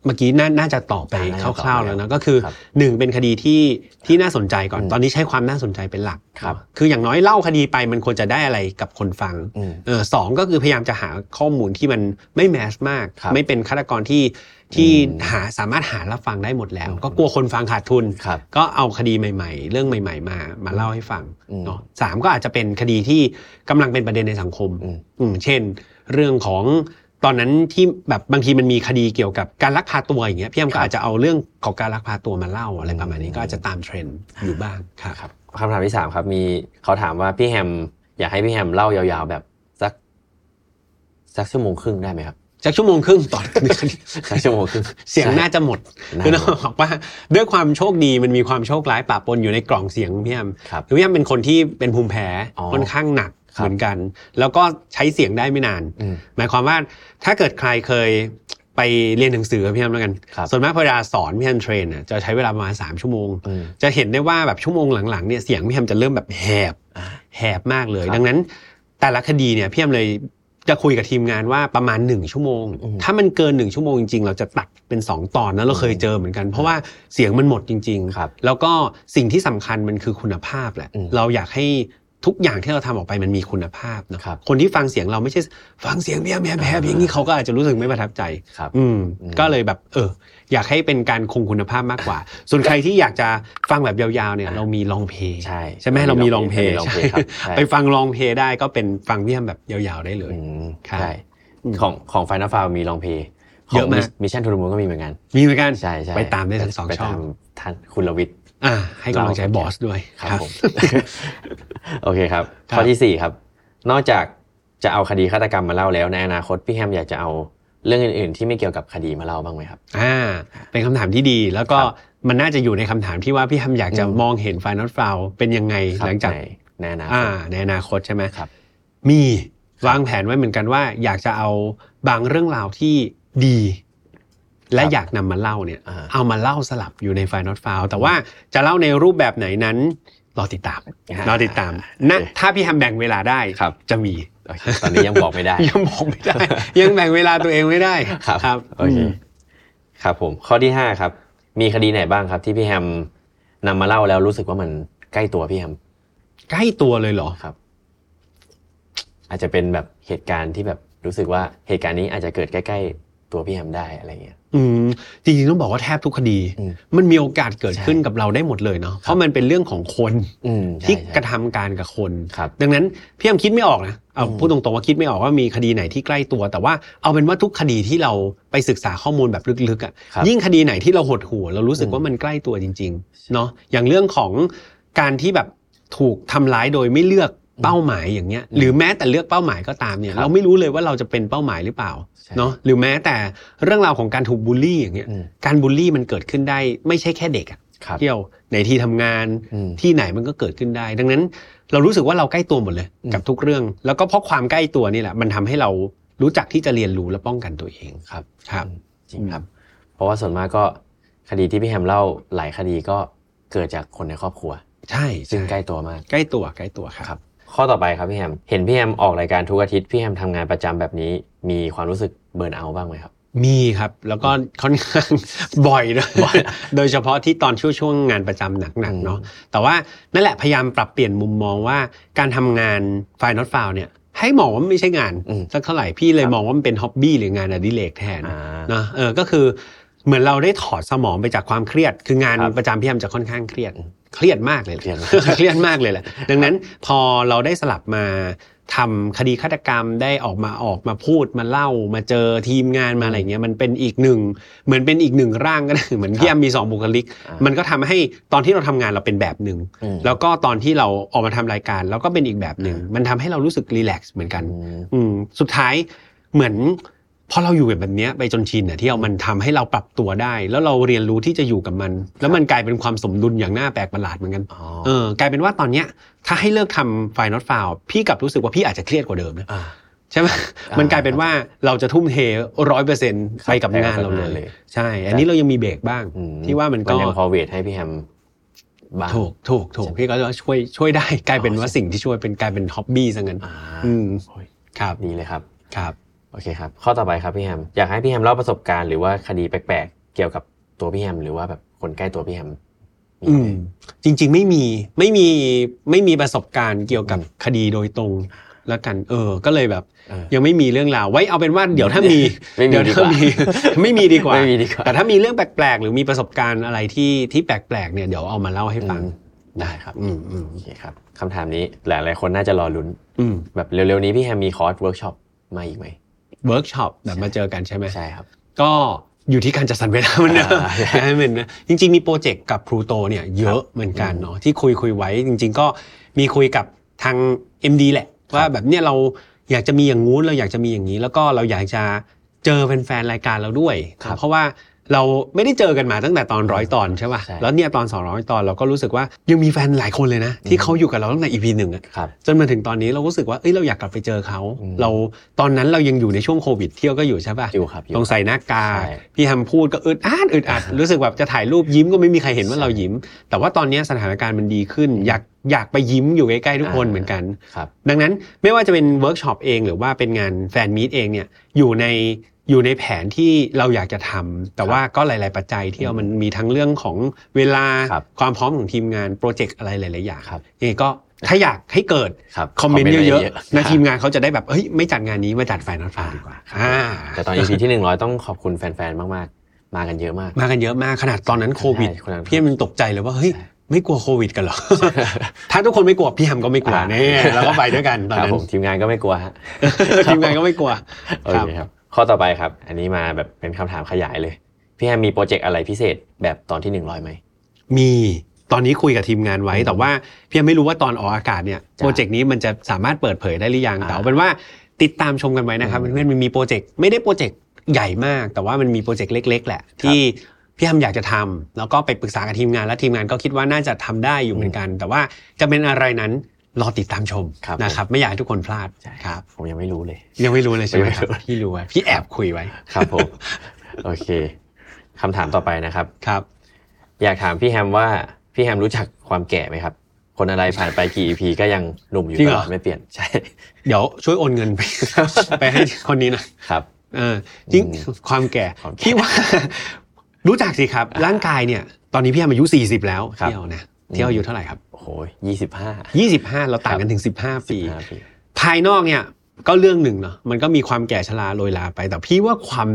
B: เมื่อกี้น่าน่าจะตอบไป
A: อ่าน่าจะตอบ
B: คร่าวๆแล้วนะก็คือ
A: ครับ
B: หนึ่งเป็นคดีที่ที่น่าสนใจก่อน
A: อืม
B: ตอนนี้ใช้ความน่าสนใจเป็นหลัก
A: ครับ
B: คืออย่างน้อยเล่าคดีไปมันควรจะได้อะไรกับคนฟัง
A: อืม
B: เออสองก็คือพยายามจะหาข้อมูลที่มันไม่แมสมาก
A: ครับ
B: ไม่เป็นฆาตกรที่ที่
A: อืม
B: หาสามารถหารับฟังได้หมดแล้ว
A: อืม
B: ก็กลัวคนฟังขาดทุน
A: ครับ
B: ก็เอาคดีใหม่ ๆ เรื่องใหม่ ๆ มามาเล่าให้ฟัง
A: อืม
B: เนาะสามก็อาจจะเป็นคดีที่กำลังเป็นประเด็นในสังคม
A: อืม
B: อืมเช่น เรื่องของตอนนั้นที่แบบบางทีมันมีคดีเกี่ยวกับการลักพาตัวอย่างเงี้ยพี่แอมก็อาจจะเอาเรื่องของการลักพาตัวมาเล่าอะไรประมาณนี้ก็อาจจะตามเทรนด์อยู่บ้างครับ
A: ครับคำถามที่สามครับ มีเขาถามว่าพี่แฮม อยากให้พี่แฮมเล่ายาวๆแบบสัก สักชั่วโมงครึ่งได้ไหม ครับ
B: จักชั่วโมงครึ่งต่อหนึ่งคดี
A: สักชั่วโมงครึ่ง
B: เสียงน่าจะหมด
A: น่า
B: คือน้องบอกว่าด้วยความโชคดีมันมีความโชคร้ายปะปนอยู่ในกล่องเสียงพี่แอม
A: ครับ
B: คือพี่แอมเป็นคนที่เป็นภูมิแพ้
A: อ๋อ
B: ค่อนข้างหนัก
A: ครับ
B: เหมือนกัน แล้วก็ใช้เสียงได้ไม่นาน
A: อืม
B: หมายความว่าถ้าเกิดใครเคยไปเรียนหนังสือกับพี่แอมแล้วกัน
A: ครับ
B: ส่วนมากพอเวลาสอนพี่แอมเทรนน่ะจะใช้เวลาประมาณสามชั่วโมง
A: อืม
B: จะเห็นได้ว่าแบบชั่วโมงหลังๆเนี่ยเสียงพี่แฮมจะเริ่มแบบแหบ
A: อ่า
B: แหบมากเลย
A: ครับ
B: ดังนั้นแต่ละคดีเนี่ยพี่แฮมเลยจะคุยกับทีมงานว่าประมาณ 1 ชั่วโมง
A: อืม
B: ถ้ามันเกิน 1 ชั่วโมงจริงๆ เราจะตัดเป็น 2 ตอนนะเราเคยเจอเหมือนกัน เพราะว่าเสียงมันหมดจริง
A: ครับ
B: แล้วก็สิ่งที่สำคัญมันคือคุณภาพแหละ
A: อืม
B: เราอยากให้ทุกอย่างที่เราทำออกไปมันมีคุณภาพนะครับ คนที่ฟังเสียงเราไม่ใช่ฟังเสียงพี่แฮมแหบแหบอย่างนี้เขาก็อาจจะรู้สึกไม่ประทับใจ
A: ครับ
B: อืม
A: อืม
B: ก็เลยแบบเอออยากให้เป็นการคงคุณภาพมากกว่า ส่วนใครที่อยากจะฟังแบบยาวๆเนี่ย
A: อ่า
B: เรามีลองเพลย์
A: ใช่
B: ใช่ไหมเรามีลองเพลย์
A: รามีลองเพลย์ครับใช่
B: ไปฟังลองเพลย์ได้ก็เป็นฟังเพี่ยมแบบยาวๆได้เลย
A: อืม
B: ครับ
A: ใช่
B: อืม
A: ของของไฟนอลฟาวมีลองเพย์
B: เยอะมาก
A: มิชชั่นทู o ูมูนก็มีเหมือนกัน
B: มีเหมือนกัน
A: ใช่ใช่
B: ไปตามได้ทั้งสอง
A: ไป
B: ช่อ
A: ตา
B: ง
A: มท่านคุณลวิทย์
B: อ่าให้กำลังใจ
A: เรา
B: บอสด้วย
A: ครับผม โอเคครับ
B: ครับ
A: ข้อที่สี่ครับ นอกจากจะเอาคดีฆาตกรรมมาเล่าแล้วในอนาคตพี่แฮมอยากจะเอาเรื่องอื่นๆ ที่ไม่เกี่ยวกับคดีมาเล่าบ้างไหมครับ
B: อ่าเป็นคำถามที่ดีแล้วก็
A: ครับ
B: มันน่าจะอยู่ในคำถามที่ว่าพี่ทำอยากจะ
A: อืม
B: มองเห็นไฟนอตฟาวเป็นยังไง
A: ครับ
B: หลังจาก
A: ในในอนาค
B: อ่า
A: ต
B: ในอนาคตใช่ไหม
A: ครับ
B: มีวางแผนไว้เหมือนกันว่า อยากจะเอาบางเรื่องราวที่ดี และ
A: ครับ
B: อยากนำมาเล่าเนี่ย
A: อ่า
B: เอามาเล่าสลับอยู่ในไฟนอตฟาวแต่ว่าจะเล่าในรูปแบบไหนนั้นรอติดตามรอติดตามนะถ้าพี่ทำแบ่งเวลาได้
A: ครับ
B: จะมี
A: โอเคตอนนี้ยังบอกไม่ ได้
B: ยังบอกไม่ได้ ยังแบ่งเวลาตัวเองไม่ได้
A: ครับ
B: ครับ
A: โอเค
B: ม
A: ครับผม ข้อที่ห้าครับ มีคดีไหนบ้างครับ ที่พี่แฮมนำมาเล่าแล้วรู้สึกว่ามันใกล้ตัวพี่แฮม
B: ใกล้ตัวเลยเหรอ
A: ครับ อาจจะเป็นแบบเหตุการณ์ที่แบบรู้สึกว่าเหตุการณ์นี้อาจจะเกิดใกล้ ๆ ตัวพี่แฮมได้อะไรเงี้ย
B: อืมจริงๆต้องบอกว่าแทบทุกคดี
A: อืม
B: มันมีโอกาสเกิด
A: ใช่
B: ขึ้นกับเราได้หมดเลยเนาะเพราะมันเป็นเรื่องของคน
A: อืมใช่
B: ที่
A: ใช่
B: กระทำการกับคน
A: ครับ
B: ดังนั้นพี่ยมคิดไม่ออกนะเอา
A: อืม
B: พูดตรงๆว่าคิดไม่ออกว่ามีคดีไหนที่ใกล้ตัว แต่ว่าเอาเป็นว่าทุกคดีที่เราไปศึกษาข้อมูลแบบลึกๆอะ
A: ครับ
B: ยิ่งคดีไหนที่เราหดหัวเรารู้สึกว่า
A: อืม
B: มันใกล้ตัวจริงๆเนาะอย่างเรื่องของการที่แบบถูกทำร้ายโดยไม่เลือกเป้าหมายอย่างเงี้ย
A: อืม
B: หรือแม้แต่เลือกเป้าหมายก็ตามเนี่ย
A: ครับ
B: เราไม่รู้เลยว่าเราจะเป็นเป้าหมายหรือเปล่า
A: ใช่
B: เนาะหรือแม้แต่เรื่องราวของการถูกบูลลี่อย่างเงี้ย
A: อืม
B: การบูลลี่มันเกิดขึ้นได้ไม่ใช่แค่เด็กอะ
A: ครับ
B: เที่ยวในที่ทำงาน
A: อืม
B: ที่ไหนมันก็เกิดขึ้นได้ ดังนั้นเรารู้สึกว่าเราใกล้ตัวหมดเลย
A: อืม
B: กับทุกเรื่อง แล้วก็เพราะความใกล้ตัวนี่แหละ มันทำให้เรารู้จักที่จะเรียนรู้และป้องกันตัวเอง
A: ครับ
B: ครับ
A: จริงครับ เพราะว่าส่วนมากก็คดีที่พี่แฮมเล่าหลายคดีก็เกิดจากคนในครอบครัว
B: ใช่
A: ซึ่
B: ใช่
A: งใกล้ตัวมาก
B: ใกล้ตัวใกล้ตัวค
A: ครั
B: รับ บ
A: ข้อต่อไปครับพี่แฮม เห็นพี่แฮมออกรายการทุกอาทิตย์พี่แฮมทำงานประจำแบบนี้ มีความรู้สึกเบิร์นเอาท์บ้างไหมครับ
B: มีครับ แล้วก็ค่อนข้าง บ่อยด้วย
A: บ่อย
B: โดยเฉพาะที่ตอนช่วงช่วงงานประจำหนัก
A: อืม
B: ๆเนาะแต่ว่านั่นแหละพยายามปรับเปลี่ยนมุมมองว่าการทำงานไฟนอตฟาวเนี่ย ให้มองว่ามันไม่ใช่งาน
A: อืม
B: สักเท่าไหร่พี่เลยมองว่ามันเป็นฮ็อบบี้หรืองานอดิเรกแทน
A: อ่า
B: นะเออก็คือเหมือนเราได้ถอดสมองไปจากความเครียด คืองาน
A: ครับ
B: ประจำพี่แอมจะค่อนข้างเครียด
A: อืม
B: เครียดมากเลยแหละ
A: เครียดมาก
B: เครียดมากเลยแหละดังนั้นพอเราได้สลับมา ทำคดีฆาตกรรมได้ออกมาออกมาพูดมาเล่ามาเจอทีมงานมาอะไรเงี้ยมันเป็นอีกหนึ่งเหมือนเป็นอีกหนึ่งร่างก็ได้เหมือนพี่แอมมีสองบุคลิก
A: อ่า
B: มันก็ทำให้ตอนที่เราทำงานเราเป็นแบบหนึ่ง
A: อืม
B: แล้วก็ตอนที่เราออกมาทำรายการเราก็เป็นอีกแบบหนึ่งมันทำให้เรารู้สึกรีแลกซ์เหมือนกัน
A: อืม
B: อืมสุดท้ายเหมือนพอเราอยู่แบบเนี้ยไปจนชินเนี่ยที่เอามันทำให้เราปรับตัวได้ แล้วเราเรียนรู้ที่จะอยู่กับมัน แล้วมันกลายเป็นความสมดุลอย่างน่าแปลกประหลาดเหมือนกัน
A: อ๋อ
B: เออกลายเป็นว่าตอนเนี้ยถ้าให้เลิกทำไฟนอตฟาวพี่กลับรู้สึกว่าพี่อาจจะเครียดกว่าเดิมนะ
A: า
B: ใช่ ไหม
A: อ่ามั
B: มันกลายเป็นว่าเราจะทุ่มเทร้อยเปอร์เซ็นต์ไปกับงานเราเลย ใช่ อันนี้เรายังมีเบรกบ้าง
A: อืม
B: ที่ว่ามัน
A: มั
B: ก็
A: นยังพอเวทให้พี่แฮมบ้าง
B: ถูกถูกถูกพี่ก็ช่วยช่วยได้กลายเป็นว่าสิ่งที่ช่วยเป็นกลายเป็นฮ็อบบี้ซะงั้น
A: อ่า
B: อืม
A: โอ้ย
B: ครับ
A: ดีเลยครับ
B: ครับ
A: โอเคครับ ข้อต่อไปครับพี่แฮม อยากให้พี่แฮมเล่าประสบการณ์หรือว่าคดีแปลกๆ เกี่ยวกับตัวพี่แฮมหรือว่าแบบคนใกล้ตัวพี่แฮมมี
B: อื
A: ไห
B: ม
A: ม
B: จริงๆไม่มีไม่มีไม่มีประสบการณ์เกี่ยวกับ
A: อืม
B: คดีโดยตรงแล้วกัน เออ ก็เลยแบบ
A: เออ
B: ยังไม่มีเรื่องราวไว้เอาเป็นว่าเดี๋ยวถ้ามี
A: ไม่มี
B: เดี๋ยว
A: ดีก
B: ถ้า
A: ว่า
B: มี ไม่มีดีกว่า
A: ไม่มีดีกว่า
B: แต่ถ้ามีเรื่องแปลกๆ หรือมีประสบการณ์อะไรที่ที่แปลกๆเนี่ยเดี๋ยวเอามาเล่าให้ฟัง
A: อืม ได้ครับ
B: อืมอืม
A: โอเคครับคำถามนี้หลายๆคนน่าจะรอลุ้น
B: อืม
A: แบบเร็วๆนี้พี่แฮมมีคอร์สเวิร์กช็อปมาอีกไหม
B: เวิร์กช็อปแบบมาเจอกันใช่ไหม
A: ใช่ครับ
B: ก็อยู่ที่การจัดสรรเวลามันเนอะ
A: อ่า
B: ใช่ไหมอนนะจริง ๆ มีโปรเจกต์กับพลูโตเนี่ยเยอะเหมือนกันเนาะที่คุยคุยไว้จริง ๆ ก็มีคุยกับทาง MD แหละ ว่าแบบเนี่ยเราอยากจะมีอย่างงู้นเราอยากจะมีอย่างนี้ แล้วก็เราอยากจะเจอแฟนๆรายการเราด้วย
A: ครับ
B: เพราะว่าเราไม่ได้เจอกันมาตั้งแต่ตอนร้อยตอนใช่ป่ะ
A: ใช่
B: แล้วเนี่ยตอนสองร้อยตอนเราก็รู้สึกว่ายังมีแฟนหลายคนเลยนะ ที่เขาอยู่กับเราตั้งแต่ EP หนึ่งอะ
A: ครับ
B: จนมาถึงตอนนี้เรารู้สึกว่า เอ้ย เราอยากกลับไปเจอเขา
A: อืม
B: เรา ตอนนั้นเรายังอยู่ในช่วงโควิดเที่ยวก็อยู่ใช่ป่ะ
A: อยู่ครับอยู่
B: ต้องใส่หน้ากาก
A: ใช่
B: พี่ทำพูดก็อึดอัดอึด อัด รู้สึกแบบจะถ่ายรูปยิ้มก็ไม่มีใครเห็นว่าเรายิ้ม แต่ว่าตอนนี้สถานการณ์มันดีขึ้น อยากอยากไปยิ้มอยู่ใกล้ๆทุกคน
A: อ่า
B: เหมือนกัน
A: ครับ
B: ดังนั้นไม่ว่าจะเป็นเวิร์กช็อปเองหรือว่าเป็นงานแฟนมีตเองเนี่ยอยู่ในอยู่ในแผนที่เราอยากจะทำแต่ว่าก็หลาย ๆ ปัจจัยที่เอามันมีทั้งเรื่องของเวลา
A: ครับ
B: วามพร้อมของทีมงานโปรเจกต์อะไรหลายๆอย่าง
A: ครับ
B: ยังไงก็ถ้าอยากให้เกิด
A: ครับ
B: คอมเมนต์เยอะๆนะที
A: ค
B: ม
A: รับ
B: งานเขาจะได้แบบเฮ้ยไม่จัดงานนี้มาจัดแฟนนอตฟาดีกว่าอ่า
A: แต่ตอน EP ที่หนึ่งร้อยต้องขอบคุณแฟนๆมากๆ มากันเยอะมาก
B: มากันเยอะมากขนาดตอนนั้นโควิด
A: ใช่คนนั้น
B: พี่แฮมมันตกใจเลยว่าเฮ้ย
A: ใช่
B: ไม่กลัวโควิด กันเหรอ ถ้าทุกคนไม่กลัวพี่แฮมก็ไม่กลัว
A: อ่า
B: แน่แล้วก็ไปด้วยกันตอน
A: ครับ
B: นั้น
A: ผมทีมงานก็ไม่กลัวฮะ
B: ทีมงานก็ไม่กลัว
A: โอเคครับ ข้อต่อไปครับ อันนี้มาแบบเป็นคำถามขยายเลย พี่แฮมมีโปรเจกต์อะไรพิเศษแบบตอนที่หนึ่งร้อยไหม
B: มีตอนนี้คุยกับทีมงานไว้
A: อืม
B: แต่ว่าพี่ยังไม่รู้ว่าตอนออกอากาศเนี่ย
A: จ้ะ
B: โปรเจกต์นี้มันจะสามารถเปิดเผยได้หรือยัง
A: อ่า
B: แต่เอาเป็นว่าติดตามชมกันไว้นะครับ
A: อืม
B: เพื่อนๆมันมีโปรเจกต์ไม่ได้โปรเจกต์ใหญ่มาก แต่ว่ามันมีโปรเจกต์เล็ก ๆ แหละ ที่พี่ทำอยากจะทำแล้วก็ไปปรึกษากับทีมงานและทีมงานก็คิดว่าน่าจะทำได้อยู่เหมือนกัน แต่ว่าจะเป็นอะไรนั้นรอติดตามชม
A: ครับ
B: นะครับไม่อยากให้ทุกคนพลาดครับ
A: ผมยังไม่รู้เลย
B: ยังไม่รู้เลยใช่ไหมครับ
A: ยังไม่รู้
B: พี่รู้ไว้พี่แอบคุยไว้
A: ครับผม โอเคคำถามต่อไปนะครับ
B: ครับ
A: อยากถามพี่แฮมว่าพี่แฮมรู้จักความแก่ไหมครับ คนอะไรผ่านไปกี่ EP ก็ยังหนุ่มอยู่
B: จริ
A: ต
B: งเหร
A: ล
B: อ
A: อดไม่เปลี่ยน ใช่
B: เดี๋ยวช่วยโอนเงินไป ไปให้คนนี้หนะ
A: ครับ
B: เออจริง
A: อืม
B: ความแก่
A: ความแก่
B: พี่ว่า รู้จักสิครับ ร่างกายเนี่ย ตอนนี้พี่แอมอายุ 40 แล้ว
A: ครับ
B: เที่ยวนะ
A: อืม
B: เที่ยวอายุเท่าไหร่ครั
A: โอ้โหยี่สิบห้า
B: บ 25 เราต่างกันถึง 15 ปี
A: ห้าปี
B: ภายนอกเนี่ย ก็เรื่องหนึ่งเนาะมันก็มีความแก่ชราโรยลาไป แต่พี่ว่าความ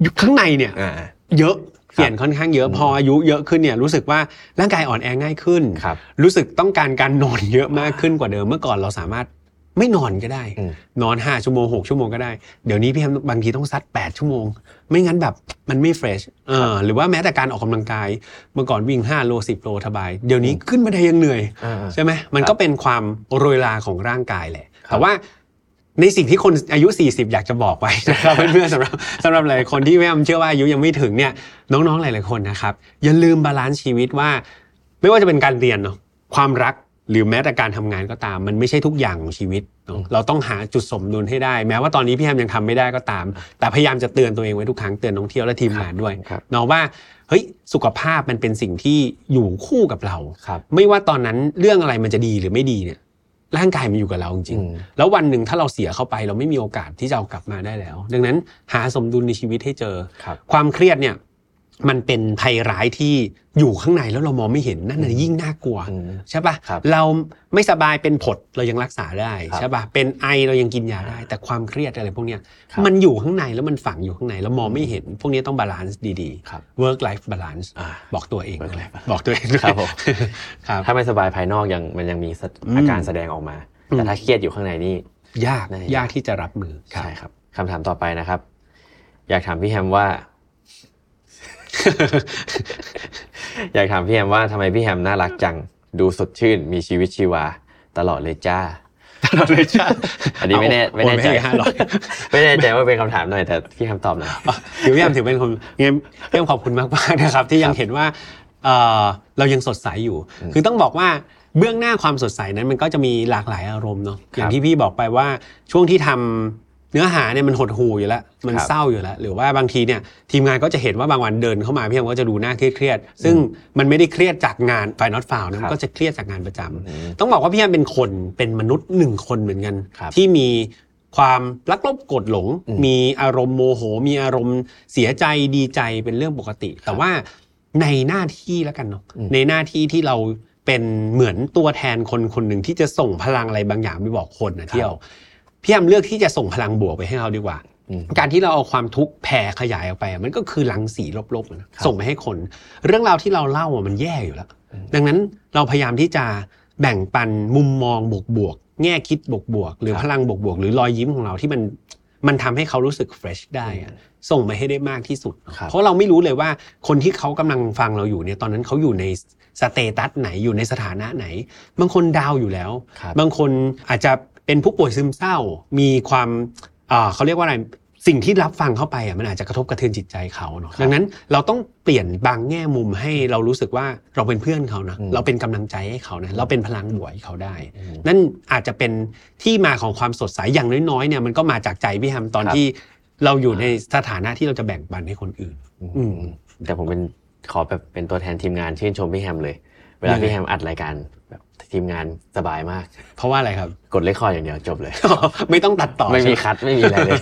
B: อยู่ข้างในเนี่ย
A: อ่า
B: เยอะ
A: ครับ
B: เปลี่ยนค่อนข้างเยอะ
A: อืม
B: พออายุเยอะขึ้นเนี่ยรู้สึกว่าร่างกายอ่อนแอง่ายขึ้น
A: ครับ
B: รู้สึกต้องการการนอนเยอะมากขึ้นกว่าเดิมเมื่อก่อนเราสามารถไม่นอนก็ได้
A: อืม
B: นอน 5 ชั่วโมง 6 ชั่วโมงก็ได้ เดี๋ยวนี้พี่แฮมบางทีต้องซัด 8 ชั่วโมง ไม่งั้นแบบมันไม่เฟรชเออหรือว่าแม้แต่การออกกำลังกาย เมื่อก่อนวิ่ง 5 โล 10 โลสบาย เดี๋ยวนี้ขึ้นบันไดยังเหนื่อย
A: อ่าๆ
B: ใช่ไหมมัน
A: ครับ
B: ก็เป็นความโรยราของร่างกายแหละ
A: ครับ
B: แต่ว่าในสิ่งที่คนอายุ 40 อยากจะบอกไว้ นะครับ เพื่อนๆสำหรับสำหรับหลายคนที่แม่เชื่อว่าอายุยังไม่ถึงเนี่ยน้องๆหลายๆคนนะครับ อย่าลืมบาลานซ์ชีวิตว่า ไม่ว่าจะเป็นการเรียนเนาะความรักหรือแม้แต่การทำงานก็ตาม มันไม่ใช่ทุกอย่างของชีวิตเนอะ
A: อืม
B: เราต้องหาจุดสมดุลให้ได้ แม้ว่าตอนนี้พี่แฮมยังทำไม่ได้ก็ตาม แต่พยายามจะเตือนตัวเองไว้ทุกครั้งเตือนน้องเที่ยวและทีมงานด้วย
A: ครับ
B: เนาะว่าเฮ้ยสุขภาพมันเป็นสิ่งที่อยู่คู่กับเรา
A: ครับ
B: ไม่ว่าตอนนั้นเรื่องอะไรมันจะดีหรือไม่ดีเนี่ย ร่างกายมันอยู่กับเราจริง
A: อืม
B: ๆแล้ววันหนึ่งถ้าเราเสียเข้าไป เราไม่มีโอกาสที่จะเอากลับมาได้แล้ว ดังนั้นหาสมดุลในชีวิตให้เจอ
A: ครับ
B: ความเครียดเนี่ย มันเป็นภัยร้ายที่อยู่ข้างในแล้วเรามองไม่เห็นนั่น
A: อื
B: น่ะ
A: ม
B: ยิ่งน่ากลัว
A: อืม
B: ใช่ปะ
A: ครับ
B: เราไม่สบายเป็นผดเรายังรักษาได้
A: ครับ
B: ใช่ปะเป็นไอเรายังกินยาได้ แต่ความเครียดอะไรพวกเนี้ย
A: ครับ
B: มันอยู่ข้างในแล้วมันฝังอยู่ข้างในแล้วมองไม่เห็น พวกเนี้ยต้องบาลานซ์ดี
A: ครับ
B: ๆ work life balance
A: อ่า
B: บอกตัวเอง
A: work life balance
B: บอกตัวเองด้วย
A: ครับผม
B: ครับ
A: ถ้าไม่สบายภายนอกยังมันยังมีส
B: อืม
A: อาการแสดงออกมา
B: อืม
A: แต่ถ้าเครียดอยู่ข้างในนี่
B: ยาก
A: ได้
B: ยากที่จะรับมือ
A: ใช่ครับ คำถามต่อไปนะครับ อยากถามพี่แฮมว่า อยากถามพี่แฮมว่าทำไมพี่แฮมน่ารักจัง ดูสดชื่น มีชีวิตชีวา ตลอดเลยจ้า
B: ตลอดเลยจ้า
A: อันนี้ไม่แน่ไม่แน่ใจ
B: ห้าร้อย
A: ไม่แน่ใจว่าเป็นคำถามหน่อยแต่พี่แฮมตอบหน่อย
B: ถือว่ายังถือเป็นคนเงี้ยเรื่องขอบคุณมากมากๆนะครับ ที่ยังเห็นว่าเอ่อเรายังสดใสอยู่
A: อืม
B: คือต้องบอกว่าเบื้องหน้าความสดใสนั้นมันก็จะมีหลากหลายอารมณ์เนาะอย่างที่พี่บอกไปว่าช่วงที่ทำเนื้อหาเนี่ยมันหดหู่อยู่แล้ว มัน
A: ครับ
B: เศร้าอยู่แล้ว หรือว่าบางทีเนี่ยทีมงานก็จะเห็นว่าบางวันเดินเข้ามาพี่แฮมก็จะดูหน้าเครียดๆซึ่งมันไม่ได้เครียดจากงานฝ่ายน็อตฝ่าวนะมันก็จะเครียดจากงานประจำ
A: อืม
B: ต้องบอกว่าพี่แอมเป็นคนเป็นมนุษย์หนึ่งคนเหมือนกัน
A: ครับ
B: ที่มีความรักลบกดหลง
A: อืม
B: มีอารมณ์โมโห มีอารมณ์เสียใจดีใจเป็นเรื่องปกติ แต่ว่าในหน้าที่แล้วกันเนาะ
A: อืม
B: ในหน้าที่ที่เราเป็นเหมือนตัวแทนคนคนหนึ่งที่จะส่งพลังอะไรบางอย่างไปบอกคนนะเที่ยวพี่แอมเลือกที่จะส่งพลังบวกไปให้เขาดีกว่า
A: อืม
B: การที่เราเอาความทุกข์แผ่ขยายออกไปอะมันก็คือรังสีลบๆอะนะครับ ส่งไปให้คน เรื่องราวที่เราเล่าอะมันแย่อยู่แล้ว
A: อืม
B: ดังนั้นเราพยายามที่จะแบ่งปันมุมมองบวกบวกๆแง่คิดบวกบวกๆหรื
A: ค
B: อ
A: รับ
B: พลังบวกบวกๆหรือรอยยิ้มของเราที่มันมันทำให้เขารู้สึก fresh ได้อะส่งไปให้ได้มากที่สุด
A: ครับ
B: เพราะเราไม่รู้เลยว่าคนที่เขากำลังฟังเราอยู่เนี่ยตอนนั้นเขาอยู่ในสเตตัสไหนอยู่ในสถานะไหน บางคนดาวอยู่แล้ว
A: ครับ
B: บางคนอาจจะเป็นผู้ป่วยซึมเศร้า มีความเอ่อเขาเรียกว่าอะไร สิ่งที่รับฟังเข้าไปอ่ะมันอาจจะกระทบกระเทือนจิตใจเขาเนาะ
A: ครับ
B: ดังนั้นเราต้องเปลี่ยนบางแง่มุมให้เรารู้สึกว่าเราเป็นเพื่อนเขานะ
A: อืม
B: เราเป็นกำลังใจให้เขานะ เราเป็นพลังบวกให้เขาได้
A: อืม
B: นั่นอาจจะเป็นที่มาของความสดใสอย่างน้อยๆเนี่ยมันก็มาจากใจพี่แฮมตอน
A: ครับ
B: ที่เราอยู่ในสถานะที่เราจะแบ่งปันให้คนอื่น อืม
A: แต่ผมเป็นขอแบบเป็นตัวแทนทีมงานชื่นชมพี่แฮมเลย เวลาพี่แฮมอัดรายการแบบทีมงานสบายมาก
B: เพราะว่าอะไรครับ
A: กดเลคคอร์ดอย่างเดียวจบเลย
B: ไม่ต้องตัดต่อ
A: ไม่มี
B: ใช่ห
A: คัดไม่มีอะไร เลย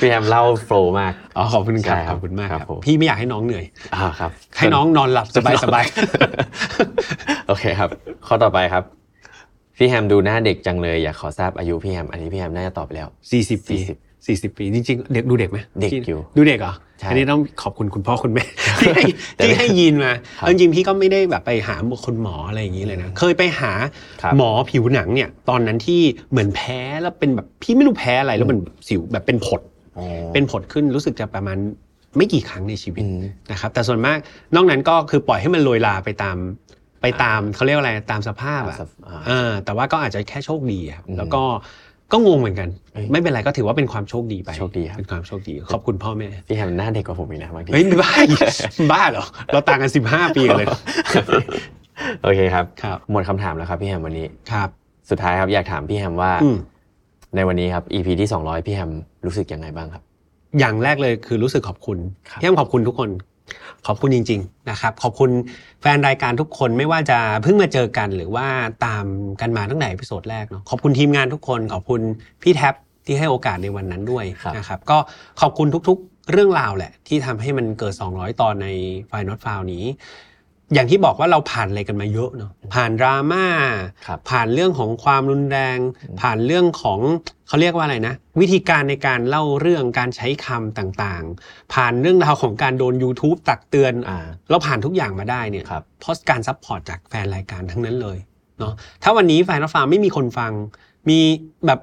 A: พี่แฮมเล่าโฟล์มาก
B: อ๋อขอบคุณครับ
A: ใช่ค
B: ข
A: รับ
B: อบคุณมาก
A: ค
B: ครับ รับ
A: ผม
B: พี่ไม่อยากให้น้องเหนื่อย
A: อ่าครับ
B: ให้น้องนอนหลับสบายสบาย
A: โอเคครับ ข้อต่อไปครับ พี่แฮมดูหน้าเด็กจังเลยอยากขอทราบอายุพี่แฮม อันนี้พี่แฮมน่าจะตอบไปแล้ว
B: สี่สิบปีสี่สิบปีจริงๆ เด็กดูเด็กไหม
A: เด็ก
B: ที่
A: อยู่
B: ดูเด็กเหรอ
A: ใช่
B: อันนี้ต้องขอบคุณคุณพ่อ คุณแม่ ที่ให้
A: แต่
B: ที่ให้ยีนมา
A: ครับ
B: เอาจริงๆพี่ก็ไม่ได้แบบไปหาคนหมออะไรอย่างนี้เลยนะ เคยไปหา
A: ครับ
B: หมอผิวหนังเนี่ย ตอนนั้นที่เหมือนแพ้แล้วเป็นแบบพี่ไม่รู้แพ้อะไรแล้วมันสิวแบบเป็นผด เป็นผดขึ้นรู้สึกจะประมาณไม่กี่ครั้งในชีวิต นะครับแต่ส่วนมากนอกนั้นก็คือปล่อยให้มันโรยลาไปตาม ไปตามเขาเรียกว่าอะไรตามสภาพอะ
A: ตามสภาพ
B: เออแต่ว่าก็อาจจะแค่โชคดีอะครับ
A: อืม
B: แล้วก็ก็งงเหมือนกัน
A: เอ้ย
B: ไม่เป็นไรก็ถือว่าเป็นความโชคดีไป
A: โชคดีครับ
B: เป็นความโชคดี ขอบคุณพ่อแม่
A: พี่แฮมหน้าเด็กกว่าผมอีกนะบางที
B: เฮ้ยไม่ บ้า บ้าเหรอเราต่างกัน 15 ปีกันเลย
A: โอเคครับ
B: ครับ
A: หมดคำถามแล้วครับพี่แฮมวันนี้
B: ครับ
A: สุดท้ายครับอยากถามพี่แฮมว่า
B: อืม
A: ในวันนี้ครับ EP ที่ 200 พี่แฮมรู้สึกยังไงบ้างครับ
B: อย่างแรกเลยคือรู้สึกขอบคุณ
A: ครับ
B: พี่แอมขอบคุณทุกคน ขอบคุณจริง ๆ นะครับ ขอบคุณแฟนรายการทุกคนไม่ว่าจะเพิ่งมาเจอกันหรือว่าตามกันมาตั้งแต่เอพิโซดแรกเนาะขอบคุณทีมงานทุกคน ขอบคุณพี่แท็บที่ให้โอกาสในวันนั้นด้วย
A: ครับ
B: นะครับ ก็ขอบคุณทุกๆ เรื่องราวแหละ ที่ทำให้มันเกิด 200 ตอนในไฟนอตฟาวนี้ อย่างที่บอกว่าเราผ่านอะไรกันมาเยอะเนาะผ่านดราม่า
A: ครับ
B: ผ่านเรื่องของความรุนแรง
A: อืม
B: ผ่านเรื่องของเขาเรียกว่าอะไรนะ วิธีการในการเล่าเรื่องการใช้คำต่างๆ ผ่านเรื่องราวของการโดน YouTube ตักเตือน
A: อ่า
B: เราผ่านทุกอย่างมาได้เนี่ย
A: ครับ
B: เพราะการซัพพอร์ตจากแฟนรายการทั้งนั้นเลยเนาะถ้าวันนี้แฟนฟาร์มไม่มีคนฟัง มีแบบ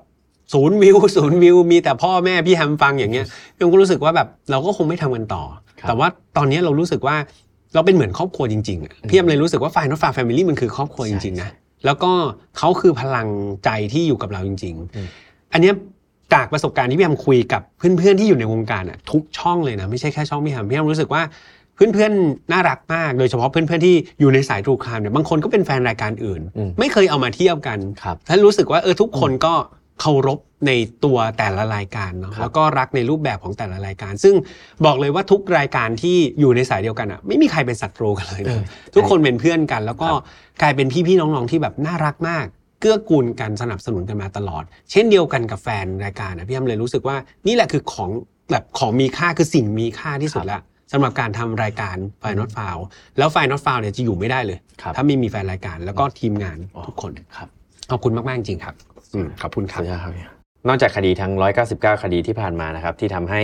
B: ศูนย์วิว ศูนย์วิว มีแต่พ่อแม่พี่แฮมฟังอย่างเงี้ยผมก็รู้สึกว่าแบบเราก็คงไม่ทำกันต่อ
A: ครับ
B: แต่ว่าตอนนี้เรารู้สึกว่าเราเป็นเหมือนครอบครัวจริงๆอะ
A: อืม
B: พี่แฮมเลยรู้สึกว่าแฟนฟาร์มแฟมิลี่มันคือครอบครัวจริงๆนะ แล้วก็เขาคือพลังใจที่อยู่กับเราจริง
A: อืม
B: ๆ อันเนี้ยจากประสบการณ์ที่พี่แฮมคุยกับเพื่อนๆที่อยู่ในวงการอะทุกช่องเลยนะไม่ใช่แค่ช่องพี่แฮมพี่แฮมรู้สึกว่าเพื่อนๆน่ารักมาก โดยเฉพาะเพื่อนๆที่อยู่ในสายทรูครามเนี่ยบางคนก็เป็นแฟนรายการอื่น
A: อืม
B: ไม่เคยเอามาเทียบกัน
A: ครับ
B: ถ้ารู้สึกว่าเออทุกคนก็เคารพในตัวแต่ละรายการเนาะ
A: ครับ
B: แล้วก็รักในรูปแบบของแต่ละรายการ ซึ่งบอกเลยว่าทุกรายการที่อยู่ในสายเดียวกันอ่ะไม่มีใครเป็นศัตรูกันเลย
A: เอ
B: นะ
A: อ
B: ทุกคนเป็นเพื่อนกัน แล้วก็
A: ครับ
B: กลายเป็นพี่ๆน้องๆที่แบบน่ารักมาก เกื้อกูลกันสนับสนุนกันมาตลอด เช่นเดียวกันกับแฟนรายการนะพี่ยำเลยรู้สึกว่านี่แหละคือของแบบของมีค่าคือสิ่งมีค่าที่สุดละสำหรับการทำรายการไฟนอตฟาวแล้วไฟนอตฟาวเนี่ยจะอยู่ไม่ได้เลย
A: ครับ
B: ถ้าไม่มีแฟนรายการแล้วก็ทีมงานทุกคน
A: ครับ
B: ขอบคุณมาก ๆ จริงครับอืมขอบคุณค
A: ข
B: รั
A: อบบ คุณครับพี่นอกจากคดีทั้ง 199 คดีที่ผ่านมานะครับ ที่ทำให้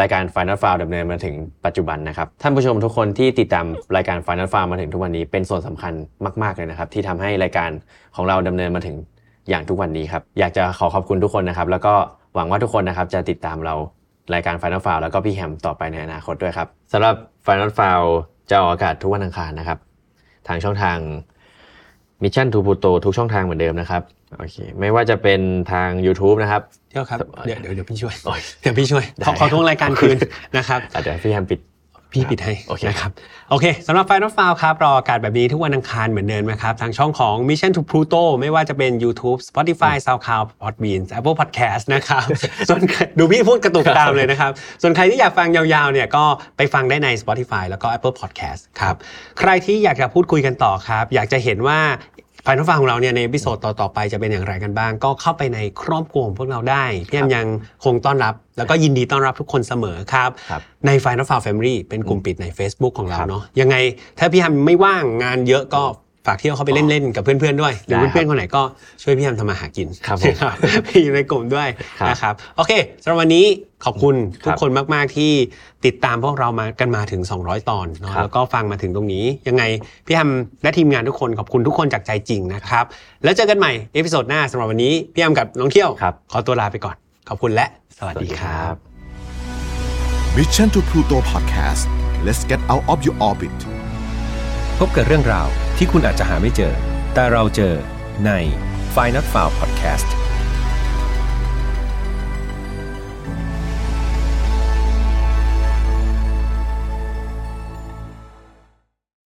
A: รายการ Final f i l e ดำเนินมาถึงปัจจุบันนะครับ ท่านผู้ชมทุกคนที่ติดตามรายการ Final f i l e มาถึงทุกวันนี้เป็นส่วนสำคัญมาก ๆ เลยนะครับ ที่ทำให้รายการของเราดำเนินมาถึง อย่างทุกวันนี้ครับ อยากจะขอขอบคุณทุกคนนะครับ แล้วก็หวังว่าทุกคนนะครับจะติดตามเรารายการ Final f i l e แล้วก็พี่แฮมต่อไปในอนาคตด้วยครับสำหรับ Final f i l e จะออกอากาศทุกวันอังคารนะครับ ทางช่องทาง Mission to Pluto ทุกช่องทางเหมือนเดิมนะครับโอเคไม่ว่าจะเป็นทาง YouTube นะครับ
B: เดี๋ยวครับ
A: สบาย
B: เดี๋ยวเดี๋ยวเดี๋ยวพี่ช่วย
A: โอ้ย
B: เดี๋ยวพี่ช่วย
A: ได้
B: ขอขอทวงรายการ
A: ขอบคุ
B: คื
A: ณ
B: นนะครับ
A: อาจจะเดี๋ยวพี่แฮมปิด
B: พี่ปิดให้
A: โอเค
B: นะครับโอเคสำหรับไฟนอตฟาวครับ รออากาศแบบนี้ทุกวันอังคารเหมือนเดิมนะครับ ทางช่องของ Mission to Pluto ไม่ว่าจะเป็น YouTube Spotify SoundCloud Podbean Apple Podcast นะครับ ส่วนใครดูพี่พูดกระตุกตามเลยนะครับ ส่วนใครที่อยากฟังยาวๆเนี่ยก็ไปฟังได้ใน Spotify แล้วก็ Apple Podcast ครับ ใครที่อยากจะพูดคุยกันต่อครับ อยากจะเห็นว่าไฟนอตฟาวของเราเนี่ยในพิโซดต่อๆไปจะเป็นอย่างไรกันบ้าง ก็เข้าไปในครอบครัวของพวกเราได้พี่แอมยังคงต้อนรับ แล้วก็ยินดีต้อนรับทุกคนเสมอครับ
A: ครับ
B: ใน Final f i l e Family เป็นกลุ่มปิดใน Facebook ของเรา
A: ครับ
B: เนาะยังไงถ้าพี่ฮัมไม่ว่างงานเยอะก็ฝากเที่ยวเข้าไปเล่นเล่นๆกับเพื่อนๆด้วย หรือ
A: ได้ครับ
B: เพื่อนๆคนไหนก็ช่วยพี่ฮัมทำมาหากิน
A: ครับผม
B: นะพี่ อยู่ในกลุ่มด้วย
A: ครับ
B: นะครับโอเคสำหรับวันนี้ขอบคุณ
A: ครับ
B: ทุกคนมากๆที่ติดตามพวกเรามากันมาถึง 200 ตอนเนาะ
A: ครับ
B: แล้วก็ฟังมาถึงตรงนี้ ยังไงพี่ฮัมและทีมงานทุกคนขอบคุณทุกคนจากใจจริงนะครับแล้วเจอกันใหม่เอพิโซดหน้าสำหรับวันนี้พี่ฮัมกับน้องเที่ยว
A: ครับ
B: ขอตัวลาไปก่อน ขอบคุณและสวัสดีครับ
C: Mission to Pluto Podcast let's get out of your orbit
D: พบกับเรื่องราวที่คุณอาจจะหาไม่เจอ แต่เราเจอใน f i n a l f i l e Podcast